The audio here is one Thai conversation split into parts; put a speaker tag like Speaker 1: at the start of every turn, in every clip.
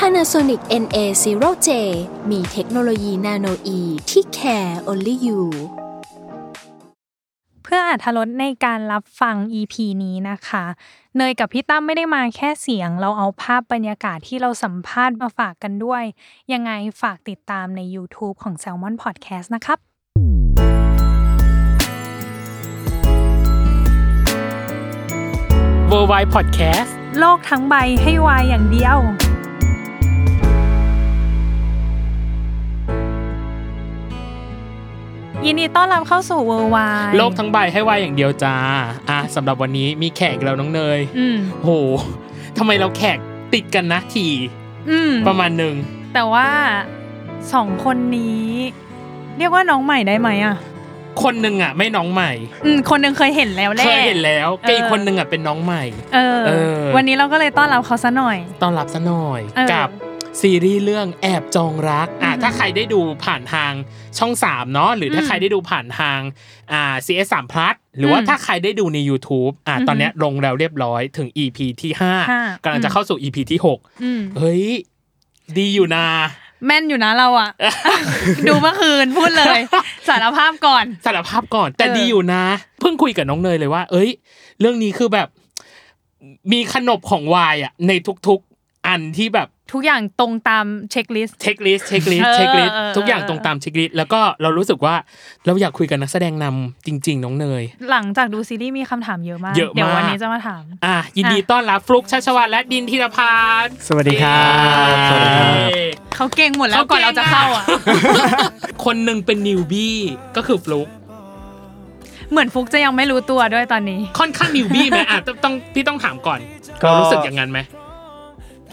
Speaker 1: Panasonic NA0J มีเทคโนโลยีนาโนอีที่ care only you
Speaker 2: เพื่ออาธรตในการรับฟัง EP นี้นะคะ เนยกับพี่ตั้มไม่ได้มาแค่เสียง เราเอาภาพบรรยากาศที่เราสัมภาษณ์มาฝากกันด้วย ยังไงฝากติดตามใน YouTube ของ Salmon Podcast นะครับ
Speaker 3: w o r l d w i d e Podcast
Speaker 2: โลกทั้งใบให้วายอย่างเดียว ยินดีต้อนรับเข้าสู่เวอร์วาย
Speaker 3: โลกทั้งใบให้วายอย่างเดียวจ้า อ่ะสำหรับวันนี้มีแขกอีกแล้วน้องเนย
Speaker 2: อืม
Speaker 3: โหทำไมเราแขกติดกันนะที
Speaker 2: อืม
Speaker 3: ประมาณหนึ่ง
Speaker 2: แต่ว่าสองคนนี้ เรียกว่าน้องใหม่ได้ไหมอ่ะ
Speaker 3: คนหนึ่งอ่ะ ไม่น้องใหม่
Speaker 2: อืม คนหนึ่งเคยเห็นแล้วแหละ
Speaker 3: เคยเห็นแล้ว
Speaker 2: เออ
Speaker 3: ก็อีกคนหนึ่งอ่ะเป็นน้องใหม่
Speaker 2: เออ
Speaker 3: เออ
Speaker 2: วันนี้เราก็เลยต้อนรับเขาซะหน่อย
Speaker 3: ต้อนรับซะหน่อย
Speaker 2: เออ
Speaker 3: กับซีรีส์เรื่องแอบจองรัก อ่ะ
Speaker 2: อืม
Speaker 3: ถ้าใครได้ดูผ่านทางช่อง 3 เนาะหรือถ้า
Speaker 2: อืม
Speaker 3: ใครได้ดูผ่านทางอ่า CS 3 plus หรือว่า
Speaker 2: อืม
Speaker 3: ถ้าใครได้ดูใน YouTube อ่ะ
Speaker 2: อือหือ
Speaker 3: ตอนเนี้ยลงแล้วเรียบร้อยถึง EP ที่ห้า
Speaker 2: ห้าก
Speaker 3: ำลัง
Speaker 2: อื
Speaker 3: จะ
Speaker 2: ม
Speaker 3: เข้าสู่ EP ที่หก
Speaker 2: อืม
Speaker 3: เฮ้ย ดีอยู่นะ
Speaker 2: แม่นอยู่นะเรา อ่ะ ดูเมื่อคืนพูดเลย สารภาพก่อน
Speaker 3: สารภาพก่อน แต่
Speaker 2: เออ
Speaker 3: ดีอยู่นะ เพิ่งคุยกับน้องเนยเลยว่า เอ้ย เรื่องนี้คือแบบ มีขนบของวายอ่ะ ในทุกๆ อันที่แบบ
Speaker 2: ทุกอย่างตรงตามเช็คลิสต์
Speaker 3: เช็คลิสต์เช็คลิสต์
Speaker 2: เออ
Speaker 3: เช็คลิสต์
Speaker 2: เออเออ
Speaker 3: ทุกอย่างตรงตามเช็คลิสต์แล้วก็เรารู้สึกว่าเราอยากคุยกับนักแสดงนำจริง ๆ น้องเนย
Speaker 2: หลังจากดูซีรีส์มีคำถามเยอะมาก
Speaker 3: เยอะมาก
Speaker 2: เดี๋ยววันนี้จะมาถาม
Speaker 3: อ่ะยินดี
Speaker 2: อ่ะ
Speaker 3: ต้อนรับฟลุกชัชวานและดินธีรพัฒน์
Speaker 4: สวัสดีครับสวัสดีครับ
Speaker 3: เย้
Speaker 2: เขาเก่งหมดแล้วก่อนเราจะเข้าอ่ะ
Speaker 3: คนหนึ่งเป็นนิวบี้ก็คือฟลุก
Speaker 2: เหมือนฟุกจะยังไม่รู้ตัวด้วยตอนนี้
Speaker 3: ค่อนข้างนิวบี้ไหมอ่ะต้องต้องพี่ต้องถามก่อน
Speaker 4: ก็
Speaker 3: เรารู้สึกอย่างนั้นไหม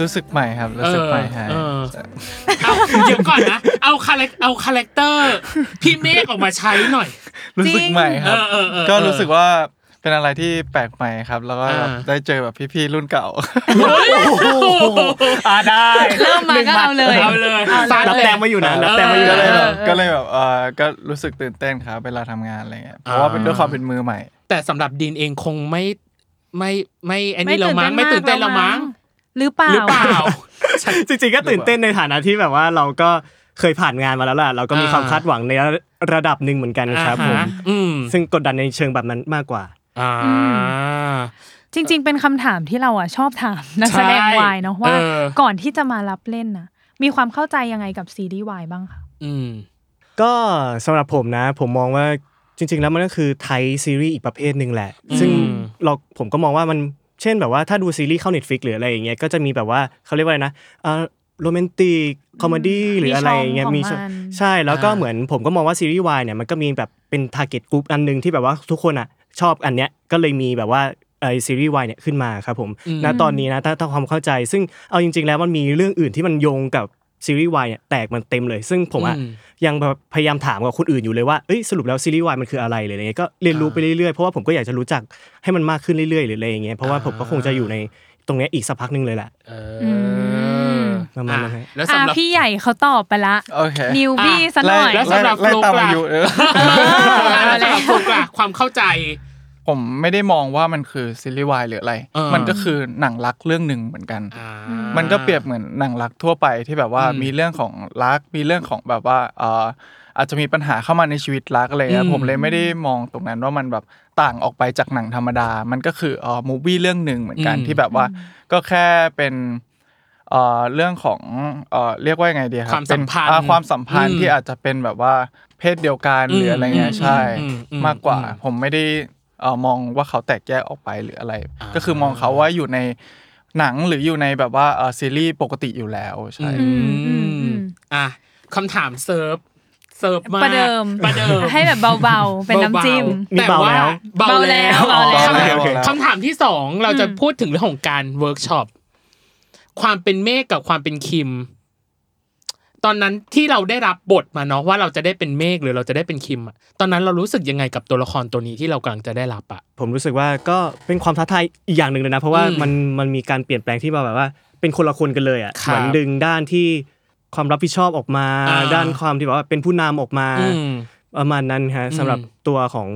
Speaker 4: รู้สึกใหม่ครับ รู้สึกใหม่ฮะ
Speaker 3: เออ เอาเดี๋ยวก่อนนะ เอาคาแรคเอาคาแรคเตอร์พี่เมฆออกมาใช้หน่อย
Speaker 4: รู้สึกใหม่ค
Speaker 3: เอ
Speaker 4: รับ
Speaker 3: อเออเออ
Speaker 4: ก็รู้สึกว่าเป็นอะไรที่แปลกใหม่ครับ แล้วก็
Speaker 3: อ่า
Speaker 4: ได้เจอแบบพี่ๆรุ่นเก่า
Speaker 5: อ่าได้
Speaker 2: เริ่มมาก็เอาเลย
Speaker 3: เอาเลยซัด
Speaker 5: รับ
Speaker 3: เลย
Speaker 5: แรงมาอยู่นะรับแรงมาอ
Speaker 4: ก็
Speaker 5: ยู่
Speaker 4: เลย
Speaker 5: นะ
Speaker 4: แบบ
Speaker 2: เออ
Speaker 4: ก็เลยแบบเออก็รู้สึกตื่นเต้นครับเวลาทำงานอะไรเงี้ยเพราะว่าเป็นด้วยความเป็นมือใหม่
Speaker 3: แต่สำหรับดินเองคงไม่ไม่ไม่ไอ้นี่เรามั้งไม่ตื่นเต้นเรามั้ง
Speaker 2: หรือเปล่า
Speaker 3: หรือเปล่า
Speaker 5: จริงๆก็ตื่นเต้นในฐานะที่แบบว่าเราก็เคยผ่านงานมาแล้วล่ะ เราก็มี
Speaker 3: อ่า
Speaker 5: ความคาดหวังในระดับหนึ่งเหมือนกันครับผม
Speaker 3: อ่าฮะอืม
Speaker 5: ซึ่งกดดันในเชิงแบบนั้นมากกว่า
Speaker 3: อ่า
Speaker 2: อื จริง ๆ เป็นคำถามที่เราอ่ะชอบถามนักแสดง
Speaker 3: ใช่
Speaker 2: วายเนาะว่า
Speaker 3: เออ
Speaker 2: ก่อนที่จะมารับเล่นนะมีความเข้าใจยังไงกับซีรีส์วายบ้างคะ
Speaker 3: อืม
Speaker 5: ก็สำหรับผมนะ ผมมองว่าจริง ๆ แล้วมันก็คือไทยซีรีส์อีกประเภทหนึ่งแหละ
Speaker 3: อืม
Speaker 5: ซึ่งเราผมก็มองว่ามันเช่นแบบว่าถ้าดูซีรีส์เข้า Netflix หรืออะไรอย่างเงี้ยก็จะมีแบบว่าเขาเรียกว่าอะไรนะเอ่อโรแมนติกคอมเมดี้หรืออะไรอย่างเงี้ย
Speaker 2: มี
Speaker 5: มี
Speaker 2: ช่
Speaker 5: ช่
Speaker 2: อ
Speaker 5: อง ง
Speaker 2: ของมัน
Speaker 5: ใช่แล้วก็
Speaker 3: อ่า
Speaker 5: เหมือนผมก็มองว่าซีรีส์วายเนี่ยมันก็มีแบบเป็นทาร์เก็ตกลุ่มอันหนึ่งที่แบบว่าทุกคนอ่ะชอบอันเนี้ยก็เลยมีแบบว่าไอซีรีส์วายเนี่ยขึ้นมาครับผม
Speaker 3: อืม
Speaker 5: ณตอนนี้นะถ้าถ้าความเข้าใจ ซึ่งเอาจริง ๆ แล้วมันมีเรื่องอื่นที่มันโยงกับซีรีส์วายเนี่ยแตกมันเต็มเลย ซึ่งผมอ่ะ
Speaker 3: อืม
Speaker 5: ยังแบบพยายามถามกับคนอื่นอยู่เลยว่าเอ้ยสรุปแล้วซีรีส์วายมันคืออะไรเลยอะไรเงี้ยก็เรียนรู้ไปเรื่อยๆเพราะว่าผมก็อยากจะรู้จักให้มันมากขึ้นเรื่อยๆหรืออะไรอย่างเงี้ยเพราะว่าผมก็คงจะอยู่ในตรงเนี้ยอีกสักพักหนึ่งเลยแหละ
Speaker 3: เอ
Speaker 2: ม
Speaker 3: อ
Speaker 5: ประมาณนั้นฮะ
Speaker 3: อ่แล้วสำ
Speaker 2: อ่ะ
Speaker 3: หรับ
Speaker 2: พี่ใหญ่เขาตอบไปละ
Speaker 4: โอเค
Speaker 2: นิวบี้ซะหน่อย
Speaker 3: ไล่แล้วสำหรับ
Speaker 4: ไล่ไล่ตามอายุเออ
Speaker 3: อ่ะแล้วสำหรับฟลุกล่ะความเข้าใจ
Speaker 4: ผมไม่ได้มองว่ามันคือซีรีส์วายหรืออะไร
Speaker 3: เออ
Speaker 4: มันก็คือหนังรักเรื่องหนึ่งเหมือนกัน
Speaker 3: อ่า
Speaker 4: มันก็เปรียบเหมือนหนังรักทั่วไปที่แบบว่า
Speaker 3: อืม
Speaker 4: มีเรื่องของรักมีเรื่องของแบบว่าเอ่ออาจจะมีปัญหาเข้ามาในชีวิตรักอะไรเงี้
Speaker 3: อื
Speaker 4: ย
Speaker 3: ม
Speaker 4: ผมเลยไม่ได้มองตรงนั้นว่ามันแบบต่างออกไปจากหนังธรรมดา มันก็คือเอ่อมูวี่เรื่องหนึ่งเหมือนกัน
Speaker 3: อืม
Speaker 4: ที่แบบว่าก็แค่เป็นเอ่อเรื่องของเอ่อเรียกว่ายังไงดีครับ
Speaker 3: ความสัมพันธ์
Speaker 4: เป็อ่ความสัมพัน
Speaker 3: อื
Speaker 4: ธ์
Speaker 3: ม
Speaker 4: ที่อาจจะเป็นแบบว่าเพศเดียวกันหรืออะไรเงี้
Speaker 3: อื
Speaker 4: ย
Speaker 3: ม
Speaker 4: ใช่
Speaker 3: อืมอืม
Speaker 4: มากกว่า
Speaker 3: อืม
Speaker 4: ผมไม่ได้เอ่อมองว่าเขาแตกแยกออกไปหรืออะไร ก็คือมองเขาว่าอยู่ในหนังหรืออยู่ในแบบว่าเอ่อซีรีส์ปกติอยู่แล้วใช่
Speaker 3: อื
Speaker 2: มอืมอื
Speaker 3: ม
Speaker 2: ม
Speaker 3: อ่ะคำถามเซิร์ฟเซิร์ฟมาก
Speaker 2: ประเดิม
Speaker 3: ประเดิม
Speaker 2: ให้แบบเบาๆ เป็นน้ำจิ้ม
Speaker 5: มีเบาแล้ว
Speaker 3: เบาแล้ว
Speaker 2: เบาแล้ว
Speaker 3: คำถาม
Speaker 4: เบาแล้ว
Speaker 3: คำถามที่สองเราจะพูดถึงเรื่องของการเวิร์กช็อปความเป็นเมฆกับความเป็นคิม ตอนนั้นที่เราได้รับบทมาเนาะว่าเราจะได้เป็นเมฆหรือเราจะได้เป็นคิมอะตอนนั้นเรารู้สึกยังไงกับตัวละครตัวนี้ที่เรากำลังจะได้รับอะ
Speaker 5: ผมรู้สึกว่าก็เป็นความท้าทายอีกอย่างหนึ่งเลยนะ เพราะว่า
Speaker 3: อืม
Speaker 5: มันมันมีการเปลี่ยนแปลงที่มาแบบว่า เป็นคนละคนกันเลยอ่ะ
Speaker 3: ครับ
Speaker 5: เหมือนดึงด้านที่ความรับผิดชอบออกมา
Speaker 3: อ่า
Speaker 5: ด้านความที่แบบว่าเป็นผู้นำออกมา
Speaker 3: อืม
Speaker 5: ประมาณนั้นฮะสำหรับ
Speaker 3: อืม
Speaker 5: ตัวของ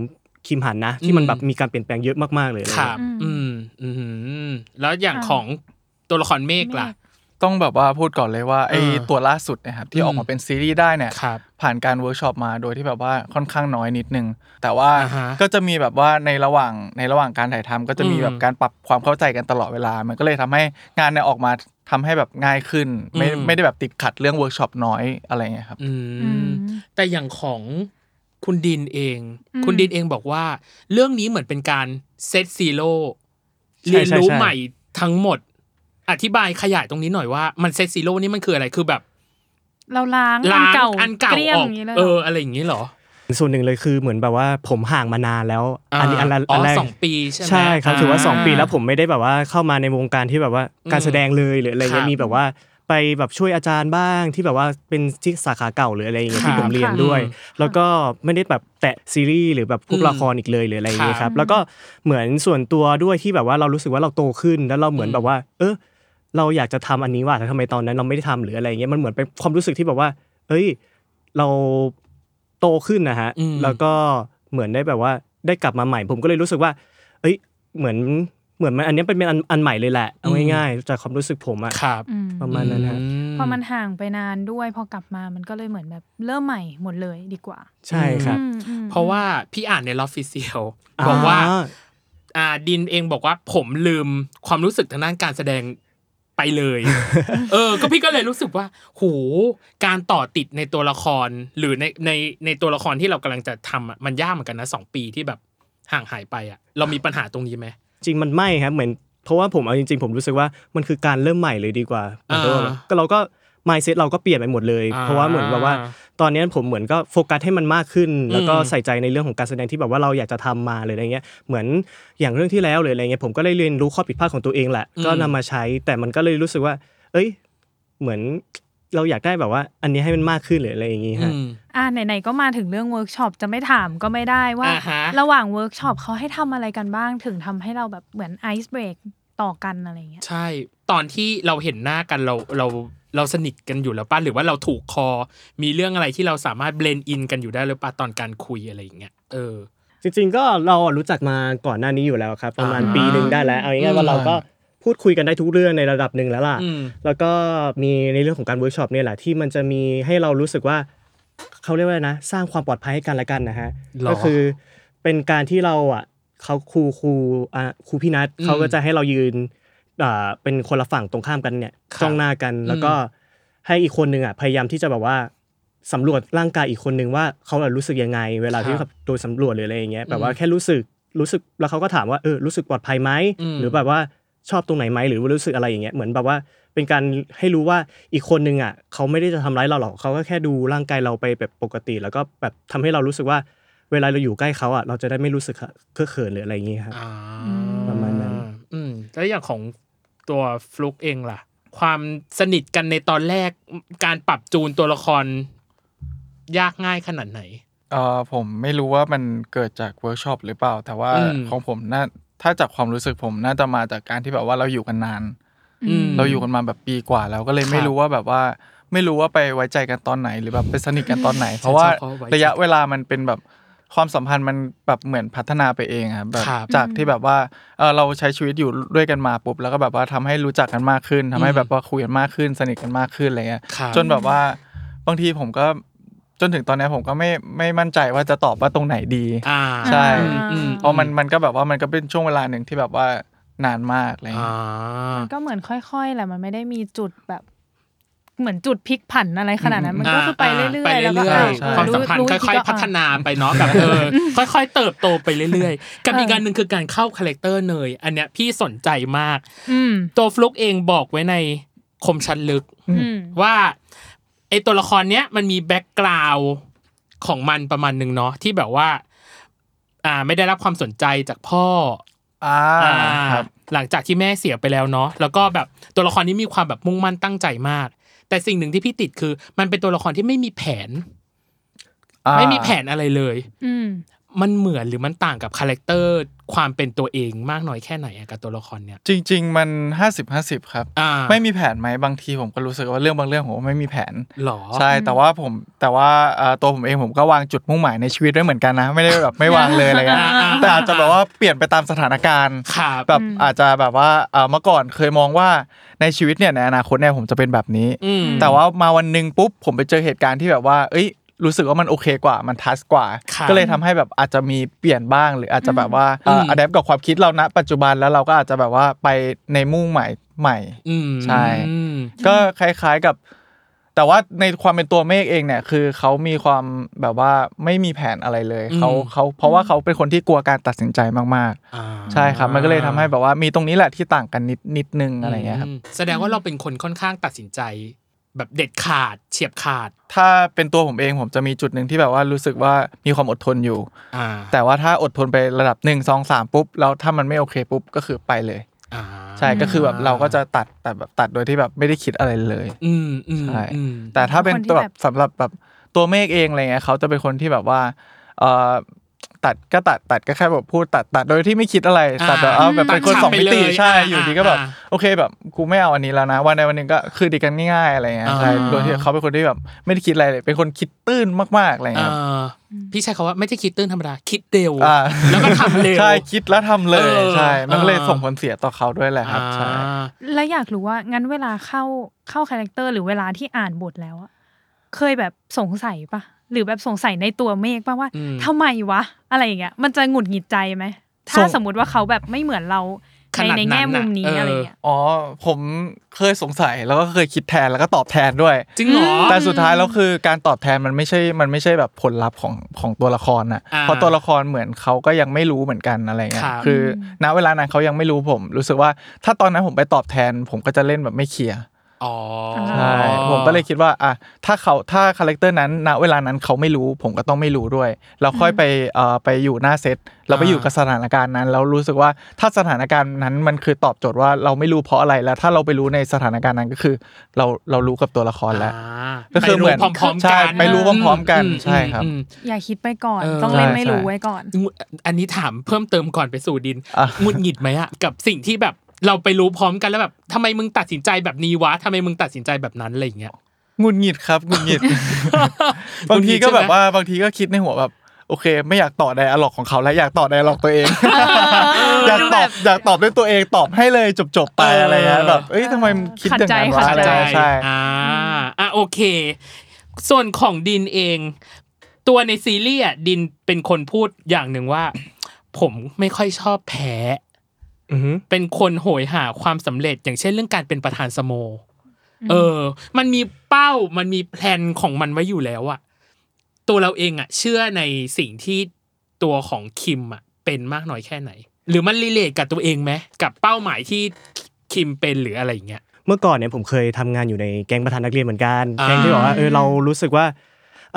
Speaker 5: คิมหันนะ ที่มัน
Speaker 3: อืม
Speaker 5: แบบมีการเปลี่ยนแปลงเยอะมากๆเลย
Speaker 3: ครับ
Speaker 2: อื
Speaker 3: อืม
Speaker 2: ม
Speaker 3: อืมแล้วอย่างของตัวละครเมฆล่ะ
Speaker 4: ต้องแบบว่าพูดก่อนเลยว่าไอ้
Speaker 3: เออ
Speaker 4: ตัวล่าสุดนะครับที่
Speaker 3: อืม
Speaker 4: ออกมาเป็นซีรีส์ได้เนี่ย
Speaker 3: ครับ
Speaker 4: ผ่านการเวิร์กช็อปมาโดยที่แบบว่าค่อนข้างน้อยนิดนึง แต่ว่า
Speaker 3: อ่าฮะ
Speaker 4: ก็จะมีแบบว่าในระหว่างในระหว่างการถ่ายทำก็จะมีแบบ
Speaker 3: อืม
Speaker 4: การปรับความเข้าใจกันตลอดเวลา มันก็เลยทำให้งานเนี่ยออกมาทำให้แบบง่ายขึ้น ไม่
Speaker 3: อืม
Speaker 4: ไม่ได้แบบติดขัดเรื่องเวิร์กช็อปน้อยอะไรเงี้ยครับ
Speaker 3: อื
Speaker 2: อื
Speaker 3: ม
Speaker 2: ม
Speaker 3: แต่อย่างของคุณดินเอง
Speaker 2: อืม
Speaker 3: คุณดินเองบอกว่า เรื่องนี้เหมือนเป็นการเซตซีโร่
Speaker 5: ใช่
Speaker 3: เรียนรู้
Speaker 5: ใช่ใช่
Speaker 3: ใหม่ทั้งหมด อธิบายขยายตรงนี้หน่อยว่ามันเซตซีโร่นี่มันคืออะไรคือแบบ
Speaker 2: เราล้าง
Speaker 3: ล้างอั
Speaker 2: อั
Speaker 3: น
Speaker 2: นเก่า
Speaker 3: เก่า
Speaker 2: เกลี้ยง
Speaker 3: อ
Speaker 2: อ
Speaker 3: อก
Speaker 2: ย่างนี้เลย
Speaker 3: เอ
Speaker 2: เหร
Speaker 3: อ
Speaker 2: อ
Speaker 3: อะไรอย่างนี้เหรอ
Speaker 5: ส่วนหนึ่งเลยคือเหมือนแบบว่าผมห่างมานานแล้ว
Speaker 3: า
Speaker 5: อันนี้อันละ
Speaker 3: อ๋
Speaker 5: อั
Speaker 3: อน
Speaker 5: แรก
Speaker 3: สองปีใช่ไหม
Speaker 5: ใช่ครับถือว่าสองปีแล้วผมไม่ได้แบบว่าเข้ามาในวงการที่แบบว่าการแสดงเลยหรืออะไร
Speaker 3: ครั
Speaker 5: เงี้
Speaker 3: บ
Speaker 5: ยมีแบบว่าไปแบบช่วยอาจารย์บ้างที่แบบว่าเป็นที่สาขาเก่าหรืออะไรอย่างเงี้ย
Speaker 3: ครับ
Speaker 5: ที่ผมเรียนด้วย
Speaker 3: อืม
Speaker 5: แล้วก็ไม่ได้แบบแตะซีรีส์หรือแบบพว
Speaker 3: อื
Speaker 5: ก
Speaker 3: ม
Speaker 5: ละครอีกเลยหรืออะไรอย่างเงี้ย
Speaker 3: ค
Speaker 5: ค
Speaker 3: รั
Speaker 5: รับ บ แล้วก็เหมือนส่วนตัวด้วยที่แบบว่าเรารู้สึกว่าเราโตขึ้นแล้วเราเหมือนแบบว่า เออเราอยากจะทำอันนี้ว่ะแต่ทำไมตอนนั้นเราไม่ได้ทำหรืออะไรเงี้ยมันเหมือนเป็นความรู้สึกที่แบบว่า เอ้ย เราโตขึ้นนะฮะ
Speaker 3: อืม
Speaker 5: แล้วก็เหมือนได้แบบว่าได้กลับมาใหม่ ผมก็เลยรู้สึกว่า เอ้ย เหมือนเหมือนมันอันเนี้ยเป็นอันอันใหม่เลยแหละ เอาง่ายๆจากความรู้สึกผมอะ
Speaker 3: ครับ
Speaker 2: อืม
Speaker 5: ประมาณนั้นฮะ
Speaker 3: อื
Speaker 2: พอมันห่างไปนานด้วย พอกลับมามันก็เลยเหมือนแบบเริ่มใหม่หมดเลยดีกว่า
Speaker 5: ใช่ครับ
Speaker 2: อืมอืม
Speaker 3: เพราะว่าพี่อ่านในลอฟฟิเชียลบอกว่า อ่าดินเองบอกว่าผมลืมความรู้สึกทางด้านการแสดงไปเลย เออ ก็พี่ก็เลยรู้สึกว่าโหการต่อติดในตัวละคร หรือในในในตัวละครที่เรากำลังจะทำอ่ะมันยากเหมือนกันนะสองปีที่แบบห่างหายไปอ่ะ เรามีปัญหาตรงนี้ไหม
Speaker 5: จริงมันไม่ครับ เหมือนเพราะว่าผมเอาจริงๆ ผมรู้สึกว่ามันคือการเริ่มใหม่เลยดีกว่า
Speaker 3: อ่า
Speaker 5: เหมือนกับว่าก็เราก็ mindset เราก็เปลี่ยนไปหมดเลย เพราะว่าเหมือนแบบว่า
Speaker 3: อ่
Speaker 5: ตอนเนี้ยผมเหมือนก็โฟกัสให้มันมากขึ้น แล้วก็
Speaker 3: อืม
Speaker 5: ใส่ใจในเรื่องของการแสดงที่แบบว่าเราอยากจะทำมาเลยอะไรเงี้ยเหมือนอย่างเรื่องที่แล้วเลยอะไรเงี้ยผมก็ได้เรียนรู้ข้อผิดพลาดของตัวเองแหละ
Speaker 3: อืม
Speaker 5: ก็นำมาใช้แต่มันก็เลยรู้สึกว่า เอ้ย เหมือนเราอยากได้แบบว่า อันนี้ให้มันมากขึ้นหรืออะไรอย่างงี้ฮะ
Speaker 3: อืม
Speaker 2: อ่าไหนๆก็มาถึงเรื่องเวิร์กช็อปจะไม่ถามก็ไม่ได้ว่า
Speaker 3: อ่าฮะ
Speaker 2: ระหว่างเวิร์กช็อปเขาให้ทำอะไรกันบ้างถึงทำให้เราแบบเหมือนไอซ์เบรกต่อกันอะไรเงี้ย
Speaker 3: ใช่ ตอนที่เราเห็นหน้ากันเราเราเราสนิทกันอยู่แล้วป่ะหรือว่าเราถูกคอ มีเรื่องอะไรที่เราสามารถเบลนอินกันอยู่ได้หรือป่ะตอนการคุยอะไรอย่างเงี้ยเออ
Speaker 5: จริง ๆ ก็เราอ่ะรู้จักมาก่อนหน้านี้อยู่แล้วครับ ประมาณ
Speaker 3: อ่า
Speaker 5: ปีหนึ่งได้แล้วเอาง่ายๆว่าเราก็พูดคุยกันได้ทุกเรื่องในระดับหนึ่งแล้วล่ะ
Speaker 3: อืม
Speaker 5: แล้วก็มีในเรื่องของการเวิร์กช็อปเนี่ยแหละที่มันจะมีให้เรารู้สึกว่าเขาเรียกว่าอะไรนะ สร้างความปลอดภัยให้กันและกันนะฮะ
Speaker 3: หรอ
Speaker 5: ก็คือเป็นการที่เราอ่ะเขาครูครูอ่ะครูพี่นัท
Speaker 3: อืม
Speaker 5: เขาก็จะให้เรายืนอ่าเป็นคนละฝั่งตรงข้ามกันเนี่ย
Speaker 3: ครับ
Speaker 5: จ้องหน้ากัน แล้วก็ให้อีกคนหนึ่งอ่ะพยายามที่จะแบบว่าสำรวจร่างกายอีกคนหนึ่งว่าเขาอะรู้สึกยังไง เวลาที่
Speaker 3: ครับ
Speaker 5: โดนสำรวจหรืออะไรอย่างเงี้ยแบบ
Speaker 3: อื
Speaker 5: ว่ามแค่รู้สึกรู้สึกแล้วเขาก็ถามว่าเออรู้สึกปลอดภัยไหม
Speaker 3: อืม
Speaker 5: หรือแบบ แบบว่าชอบตรงไหนไหมหรือว่ารู้สึกอะไรอย่างเงี้ยเหมือนแบบว่าเป็นการให้รู้ว่าอีกคนนึงอ่ะเขาไม่ได้จะทำร้ายเราหรอกเขาก็แค่ดูร่างกายเราไปแบบปกติ แล้วก็แบบทำให้เรารู้สึกว่าเวลาเราอยู่ใกล้เขาอ่ะเราจะได้ไม่รู้สึกเคอะเขินหรืออะไรอย่างเงี้ยครับ
Speaker 3: อ่า
Speaker 5: ประมาณนั้น
Speaker 3: อืมแล้วอย่างของตัวฟลุกเองล่ะ ความสนิทกันในตอนแรกการปรับจูนตัวละคร ยากง่ายขนาดไหน
Speaker 4: เอ่อผมไม่รู้ว่ามันเกิดจากเวิร์กช็อปหรือเปล่า แต่ว่า
Speaker 3: อืม
Speaker 4: ของผมน่าถ้าจากความรู้สึกผมน่าจะมาจากการที่แบบว่าเราอยู่กันนาน
Speaker 3: อืม
Speaker 4: เราอยู่กันมาแบบปีกว่าแล้วก็เลยไม่
Speaker 3: ครับ
Speaker 4: รู้ว่าแบบว่า ไม่รู้ว่าไปไว้ใจกันตอนไหน หรือแบบไปสนิทกันตอนไหน เพราะ
Speaker 3: ใช่
Speaker 4: ว่า
Speaker 3: เพราะไว้ใจ
Speaker 4: ระยะเวลามันเป็นแบบความสัมพันธ์มันแบบเหมือนพัฒนาไปเองอะครับแบบ
Speaker 3: ครับ
Speaker 4: จากที่แบบว่าเออเราใช้ชีวิตอยู่ด้วยกันมาปุ๊บแล้วก็แบบว่าทำให้รู้จักกันมากขึ้นทำให้
Speaker 3: อืม
Speaker 4: แบบว่าคุยกันมากขึ้น สนิทกันมากขึ้นอะไรเงี้ย
Speaker 3: ครับ
Speaker 4: จนแบบว่าบางทีผมก็จนถึงตอนเนี้ยผมก็ไม่ไม่มั่นใจว่าจะตอบว่าตรงไหนดี
Speaker 3: อ่า
Speaker 4: ใช่
Speaker 3: อื
Speaker 4: เพราะมันมันก็แบบว่ามันก็เป็นช่วงเวลาหนึ่งที่แบบว่านานมากอะไร
Speaker 3: อ่า
Speaker 4: เงี้ย
Speaker 2: ก็เหมือนค่อยๆแหละมันไม่ได้มีจุดแบบ เหมือนจุดพลิกผันอะไรขนาดนั้น มันก็คือไปเรื่อย
Speaker 3: ไป
Speaker 2: ๆแล้วก็
Speaker 3: เรื่อย
Speaker 4: ใช่
Speaker 3: ๆความสัมพันธ์
Speaker 2: รู้
Speaker 3: ค่อย
Speaker 2: รู้
Speaker 3: ๆ พัฒนาไปเนาะแบบเออค่อย ๆ เติบโตไปเรื่อยๆ กับอีกการหนึ่งคือการเข้าคาแรคเตอร์เนยอันเนี้ยพี่สนใจมาก
Speaker 2: อืม
Speaker 3: ตัวฟลุกเองบอกไว้ในคมชันลึก
Speaker 2: อืม
Speaker 3: ว่าไอตัวละครเนี้ยมันมีแบ็กกราวของมันประมาณหนึ่งเนาะที่แบบว่า อ่าไม่ได้รับความสนใจจากพ่อ
Speaker 4: อ่า
Speaker 3: อ่า
Speaker 4: ครับ
Speaker 3: หลังจากที่แม่เสียไปแล้วเนาะแล้วก็แบบตัวละครนี้มีความแบบมุ่งมั่นตั้งใจมาก แต่สิ่งหนึ่งที่พี่ติดคือ มันเป็นตัวละครที่ไม่มีแผน
Speaker 4: อ่า
Speaker 3: ไม่มีแผนอะไรเลย
Speaker 2: อืม
Speaker 3: มันเหมือนหรือมันต่างกับคาแรคเตอร์ความเป็นตัวเองมากน้อยแค่ไหนอะกับตัวละครเนี่ย
Speaker 4: จริง ๆ มัน 50 50 ครับ
Speaker 3: อ่า
Speaker 4: ไม่มีแผนไหมบางทีผมก็รู้สึกว่าเรื่องบางเรื่องผมไม่มีแผน
Speaker 3: หรอ
Speaker 4: ใช่แต่ว่าผมแต่ว่าเอ่อตัวผมเองผมก็วางจุดมุ่งหมายในชีวิตไว้เหมือนกันนะ ไม่ได้แบบไม่วางเลยอะไรเงี้ย
Speaker 3: อ่า
Speaker 4: แต่อาจจะแบบว่าเปลี่ยนไปตามสถานการณ์
Speaker 3: ครับ
Speaker 4: แบบ
Speaker 2: อืม
Speaker 4: อาจจะแบบว่าเอ่อเมื่อก่อนเคยมองว่าในชีวิตเนี่ยในอนาคตเนี่ยผมจะเป็นแบบนี้
Speaker 3: อืม
Speaker 4: แต่ว่ามาวันหนึ่งปุ๊บผมไปเจอเหตุการณ์ที่แบบว่า เอ้ย รู้สึกว่ามันโอเคกว่ามันทัสกว่า
Speaker 3: ครับ
Speaker 4: ก็เลยทำให้แบบอาจจะมีเปลี่ยนบ้างหรืออาจจะแบบว่าเอ่ออัดแอปกับความคิดเราณปัจจุบันแล้วเราก็อาจจะแบบว่าไปในมุ่งหมายใหม่
Speaker 3: อืม
Speaker 4: ใช่
Speaker 3: อืม
Speaker 4: ก็คล้าย ๆกับ แต่ว่าในความเป็นตัวเมฆเองเนี่ย คือเขามีความแบบว่าไม่มีแผนอะไรเลย
Speaker 3: อืม
Speaker 4: เขาเขาเพราะว่าเขาเป็นคนที่กลัวการตัดสินใจมาก
Speaker 3: อ่า
Speaker 4: ๆ ใช่ครับ มันก็เลยทำให้แบบว่ามีตรงนี้แหละที่ต่างกันนิดนิดนึงอะไรเงี้ยครับ
Speaker 3: มแสดงว่าเราเป็นคนค่อนข้างตัดสินใจ แบบเด็ดขาดเฉียบขาด
Speaker 4: ถ้าเป็นตัวผมเองผมจะมีจุดหนึ่งที่แบบว่ารู้สึกว่ามีความอดทนอยู่
Speaker 3: อ่า
Speaker 4: แต่ว่าถ้าอดทนไประดับ1 2 3ปุ๊บแล้วถ้ามันไม่โอเคปุ๊บก็คือไปเลย
Speaker 3: อ่า
Speaker 4: ใช่ก็คือแบบเราก็จะตัดแต่แบบตัดโดยที่แบบไม่ได้คิดอะไรเลย
Speaker 3: อืมอืม
Speaker 4: ใช่
Speaker 3: อืม
Speaker 4: แต่ถ้าเป็น
Speaker 2: คนที่
Speaker 4: ตัว
Speaker 2: แบบ
Speaker 4: แบบสำหรับแบบตัวเมฆเองอะไรเงี้ยเขาจะเป็นคนที่แบบว่าเอ่อตัดก็ตัดตัดก็แค่แบบพูดตัดตัดโดยที่ไม่คิดอะไร
Speaker 3: อ่า
Speaker 4: ตัดแบบเอาแบบเป็นคน
Speaker 3: ตัด
Speaker 4: สองมิติ
Speaker 3: ไปเลย
Speaker 4: ใช่
Speaker 3: อ่า
Speaker 4: อยู่ดีก็แบบ
Speaker 3: อ่า
Speaker 4: โอเคแบบกูไม่เอาอันนี้แล้วนะ วันในวันหนึ่งก็คือดีกันง่ายๆอะไรเงี้ย
Speaker 3: อ่า
Speaker 4: ใช่โดยที่เขาเป็นคนที่แบบไม่ได้คิดอะไรเลย เป็นคนคิดตื้นมากๆอะไร
Speaker 3: เอ่
Speaker 4: เงี้ย
Speaker 3: อพี่ใช้คำว่าไม่ใช่คิดตื้นธรรมดา คิดเร็ว
Speaker 4: อ่า
Speaker 3: แล้วก็ทำเร็ว
Speaker 4: ใช่คิดแล้วทำเลย
Speaker 3: เออ
Speaker 4: ใช่มันก็เลย
Speaker 3: อ่า
Speaker 4: ส่งผลเสียต่อเขาด้วยแหละครับใช่
Speaker 3: อ่า
Speaker 2: แล้วอยากรู้ว่างั้นเวลาเข้าเข้าคาแรคเตอร์หรือเวลาที่อ่านบทแล้วอะเคยแบบสงสัยปะหรือแบบสงสัยในตัวเมฆปะว่า
Speaker 3: อืม
Speaker 2: ทำไมวะ อะไรอย่างเงี้ยมันจะหงุดหงิดใจไหม
Speaker 4: ส่
Speaker 2: ถ้าง สมมุติว่าเขาแบบไม่เหมือนเราในในแง่มุมนี้อะไรอย่างเงี้ย
Speaker 4: อ๋อผมเคยสงสัยแล้วก็เคยคิดแทนแล้วก็ตอบแทนด้วย
Speaker 3: จริงเหรอ
Speaker 4: แต่สุดท้ายแล้วคือการตอบแทนมันไม่ใช่ มันไม่ใช่แบบผลลัพธ์ของของตัวละครน่ะ
Speaker 3: อ่า
Speaker 4: เพราะตัวละครเหมือนเขาก็ยังไม่รู้เหมือนกันอะไรเงี้
Speaker 3: ครั
Speaker 4: ย
Speaker 3: บ
Speaker 4: คือณเวลานั้นเขายังไม่รู้ผม รู้สึกว่าถ้าตอนนั้นผมไปตอบแทน ผมก็จะเล่นแบบไม่เคลียร์
Speaker 3: อ๋อ
Speaker 2: ใช่
Speaker 4: ใช่ ผมก็เลยคิดว่าอ่ะถ้าเขาถ้าคาแรคเตอร์นั้นณเวลานั้นเขาไม่รู้ ผมก็ต้องไม่รู้ด้วย เราค่อยไปเอ่อไปอยู่หน้าเซต เราไปอยู่กับสถานการณ์นั้น แล้วรู้สึกว่าถ้าสถานการณ์นั้นมันคือตอบโจทย์ว่าเราไม่รู้เพราะอะไร แล้ว ถ้าเราไปรู้ในสถานการณ์นั้นก็คือ เราเรารู้กับตัวละครแล้ว
Speaker 3: อ่า
Speaker 4: ก็คือเหมือน
Speaker 3: ไปรู้พร้อมๆ
Speaker 4: ใช่
Speaker 3: กัน
Speaker 4: ไปรู้พร้อมๆกัน
Speaker 3: อื
Speaker 4: ใช่ครับ
Speaker 3: อืม
Speaker 2: อย่าคิดไปก่อน
Speaker 3: เออ
Speaker 2: ต้องเล่น
Speaker 4: ใช่
Speaker 2: ไม่
Speaker 4: ใช่
Speaker 2: รู้ไว้ก่อน
Speaker 3: อืมอันนี้ถามเพิ่มเติมก่อนไปสู่ดิน
Speaker 4: อ่ะ
Speaker 3: หงุดหงิดไหมอะกับสิ่งที่แบบเราไปรู้พร้อมกันแล้วแบบทำไมมึงตัดสินใจแบบนี้วะทำไมมึงตัดสินใจแบบนั้นอะไรอย่างเงี้ย
Speaker 4: หงุดหงิดครับหงุดหงิด บางทีก็แบบว่าบางทีก็คิดในหัวแบบ โอเค ไม่อยากต่อไดอะล็อกของเขาแล้วอยากต่อไดอะล็อกตัวเอง อยากตอบอยากตอบด้วยตัวเองตอบให้เลยจบๆไป
Speaker 3: เอออ
Speaker 4: อะไรเงี้ยแบบเอ้ยทำไมคิดอย่างนั้นวะ
Speaker 2: ขั
Speaker 4: อะ
Speaker 2: ด
Speaker 4: ไร
Speaker 2: ใจ
Speaker 3: ใช่
Speaker 4: เงี้ยใช่
Speaker 3: อ่าอ่ะโอเค ส่วนของดินเอง ตัวในซีรีส์อะดินเป็นคนพูดอย่างหนึ่งว่า ผมไม่ค่อยชอบแพ้
Speaker 5: อือฮึ
Speaker 3: เป็นคนโหยหาความสำเร็จอย่างเช่นเรื่องการเป็นประธานสโม เออ มันมีเป้า มันมีแพลนของมันไว้อยู่แล้วอะตัวเราเองอะเชื่อในสิ่งที่ตัวของคิมอะเป็นมากน้อยแค่ไหน หรือมันรีเลทกับตัวเองไหมกับเป้าหมายที่คิมเป็นหรืออะไรอย่างเงี้ย
Speaker 5: เมื่อก่อนเนี่ยผมเคยทำงานอยู่ในแก๊งประธานนักเรียนเหมือนกัน
Speaker 3: อ่า
Speaker 5: แก๊งที่บอกว่าเออเรารู้สึกว่า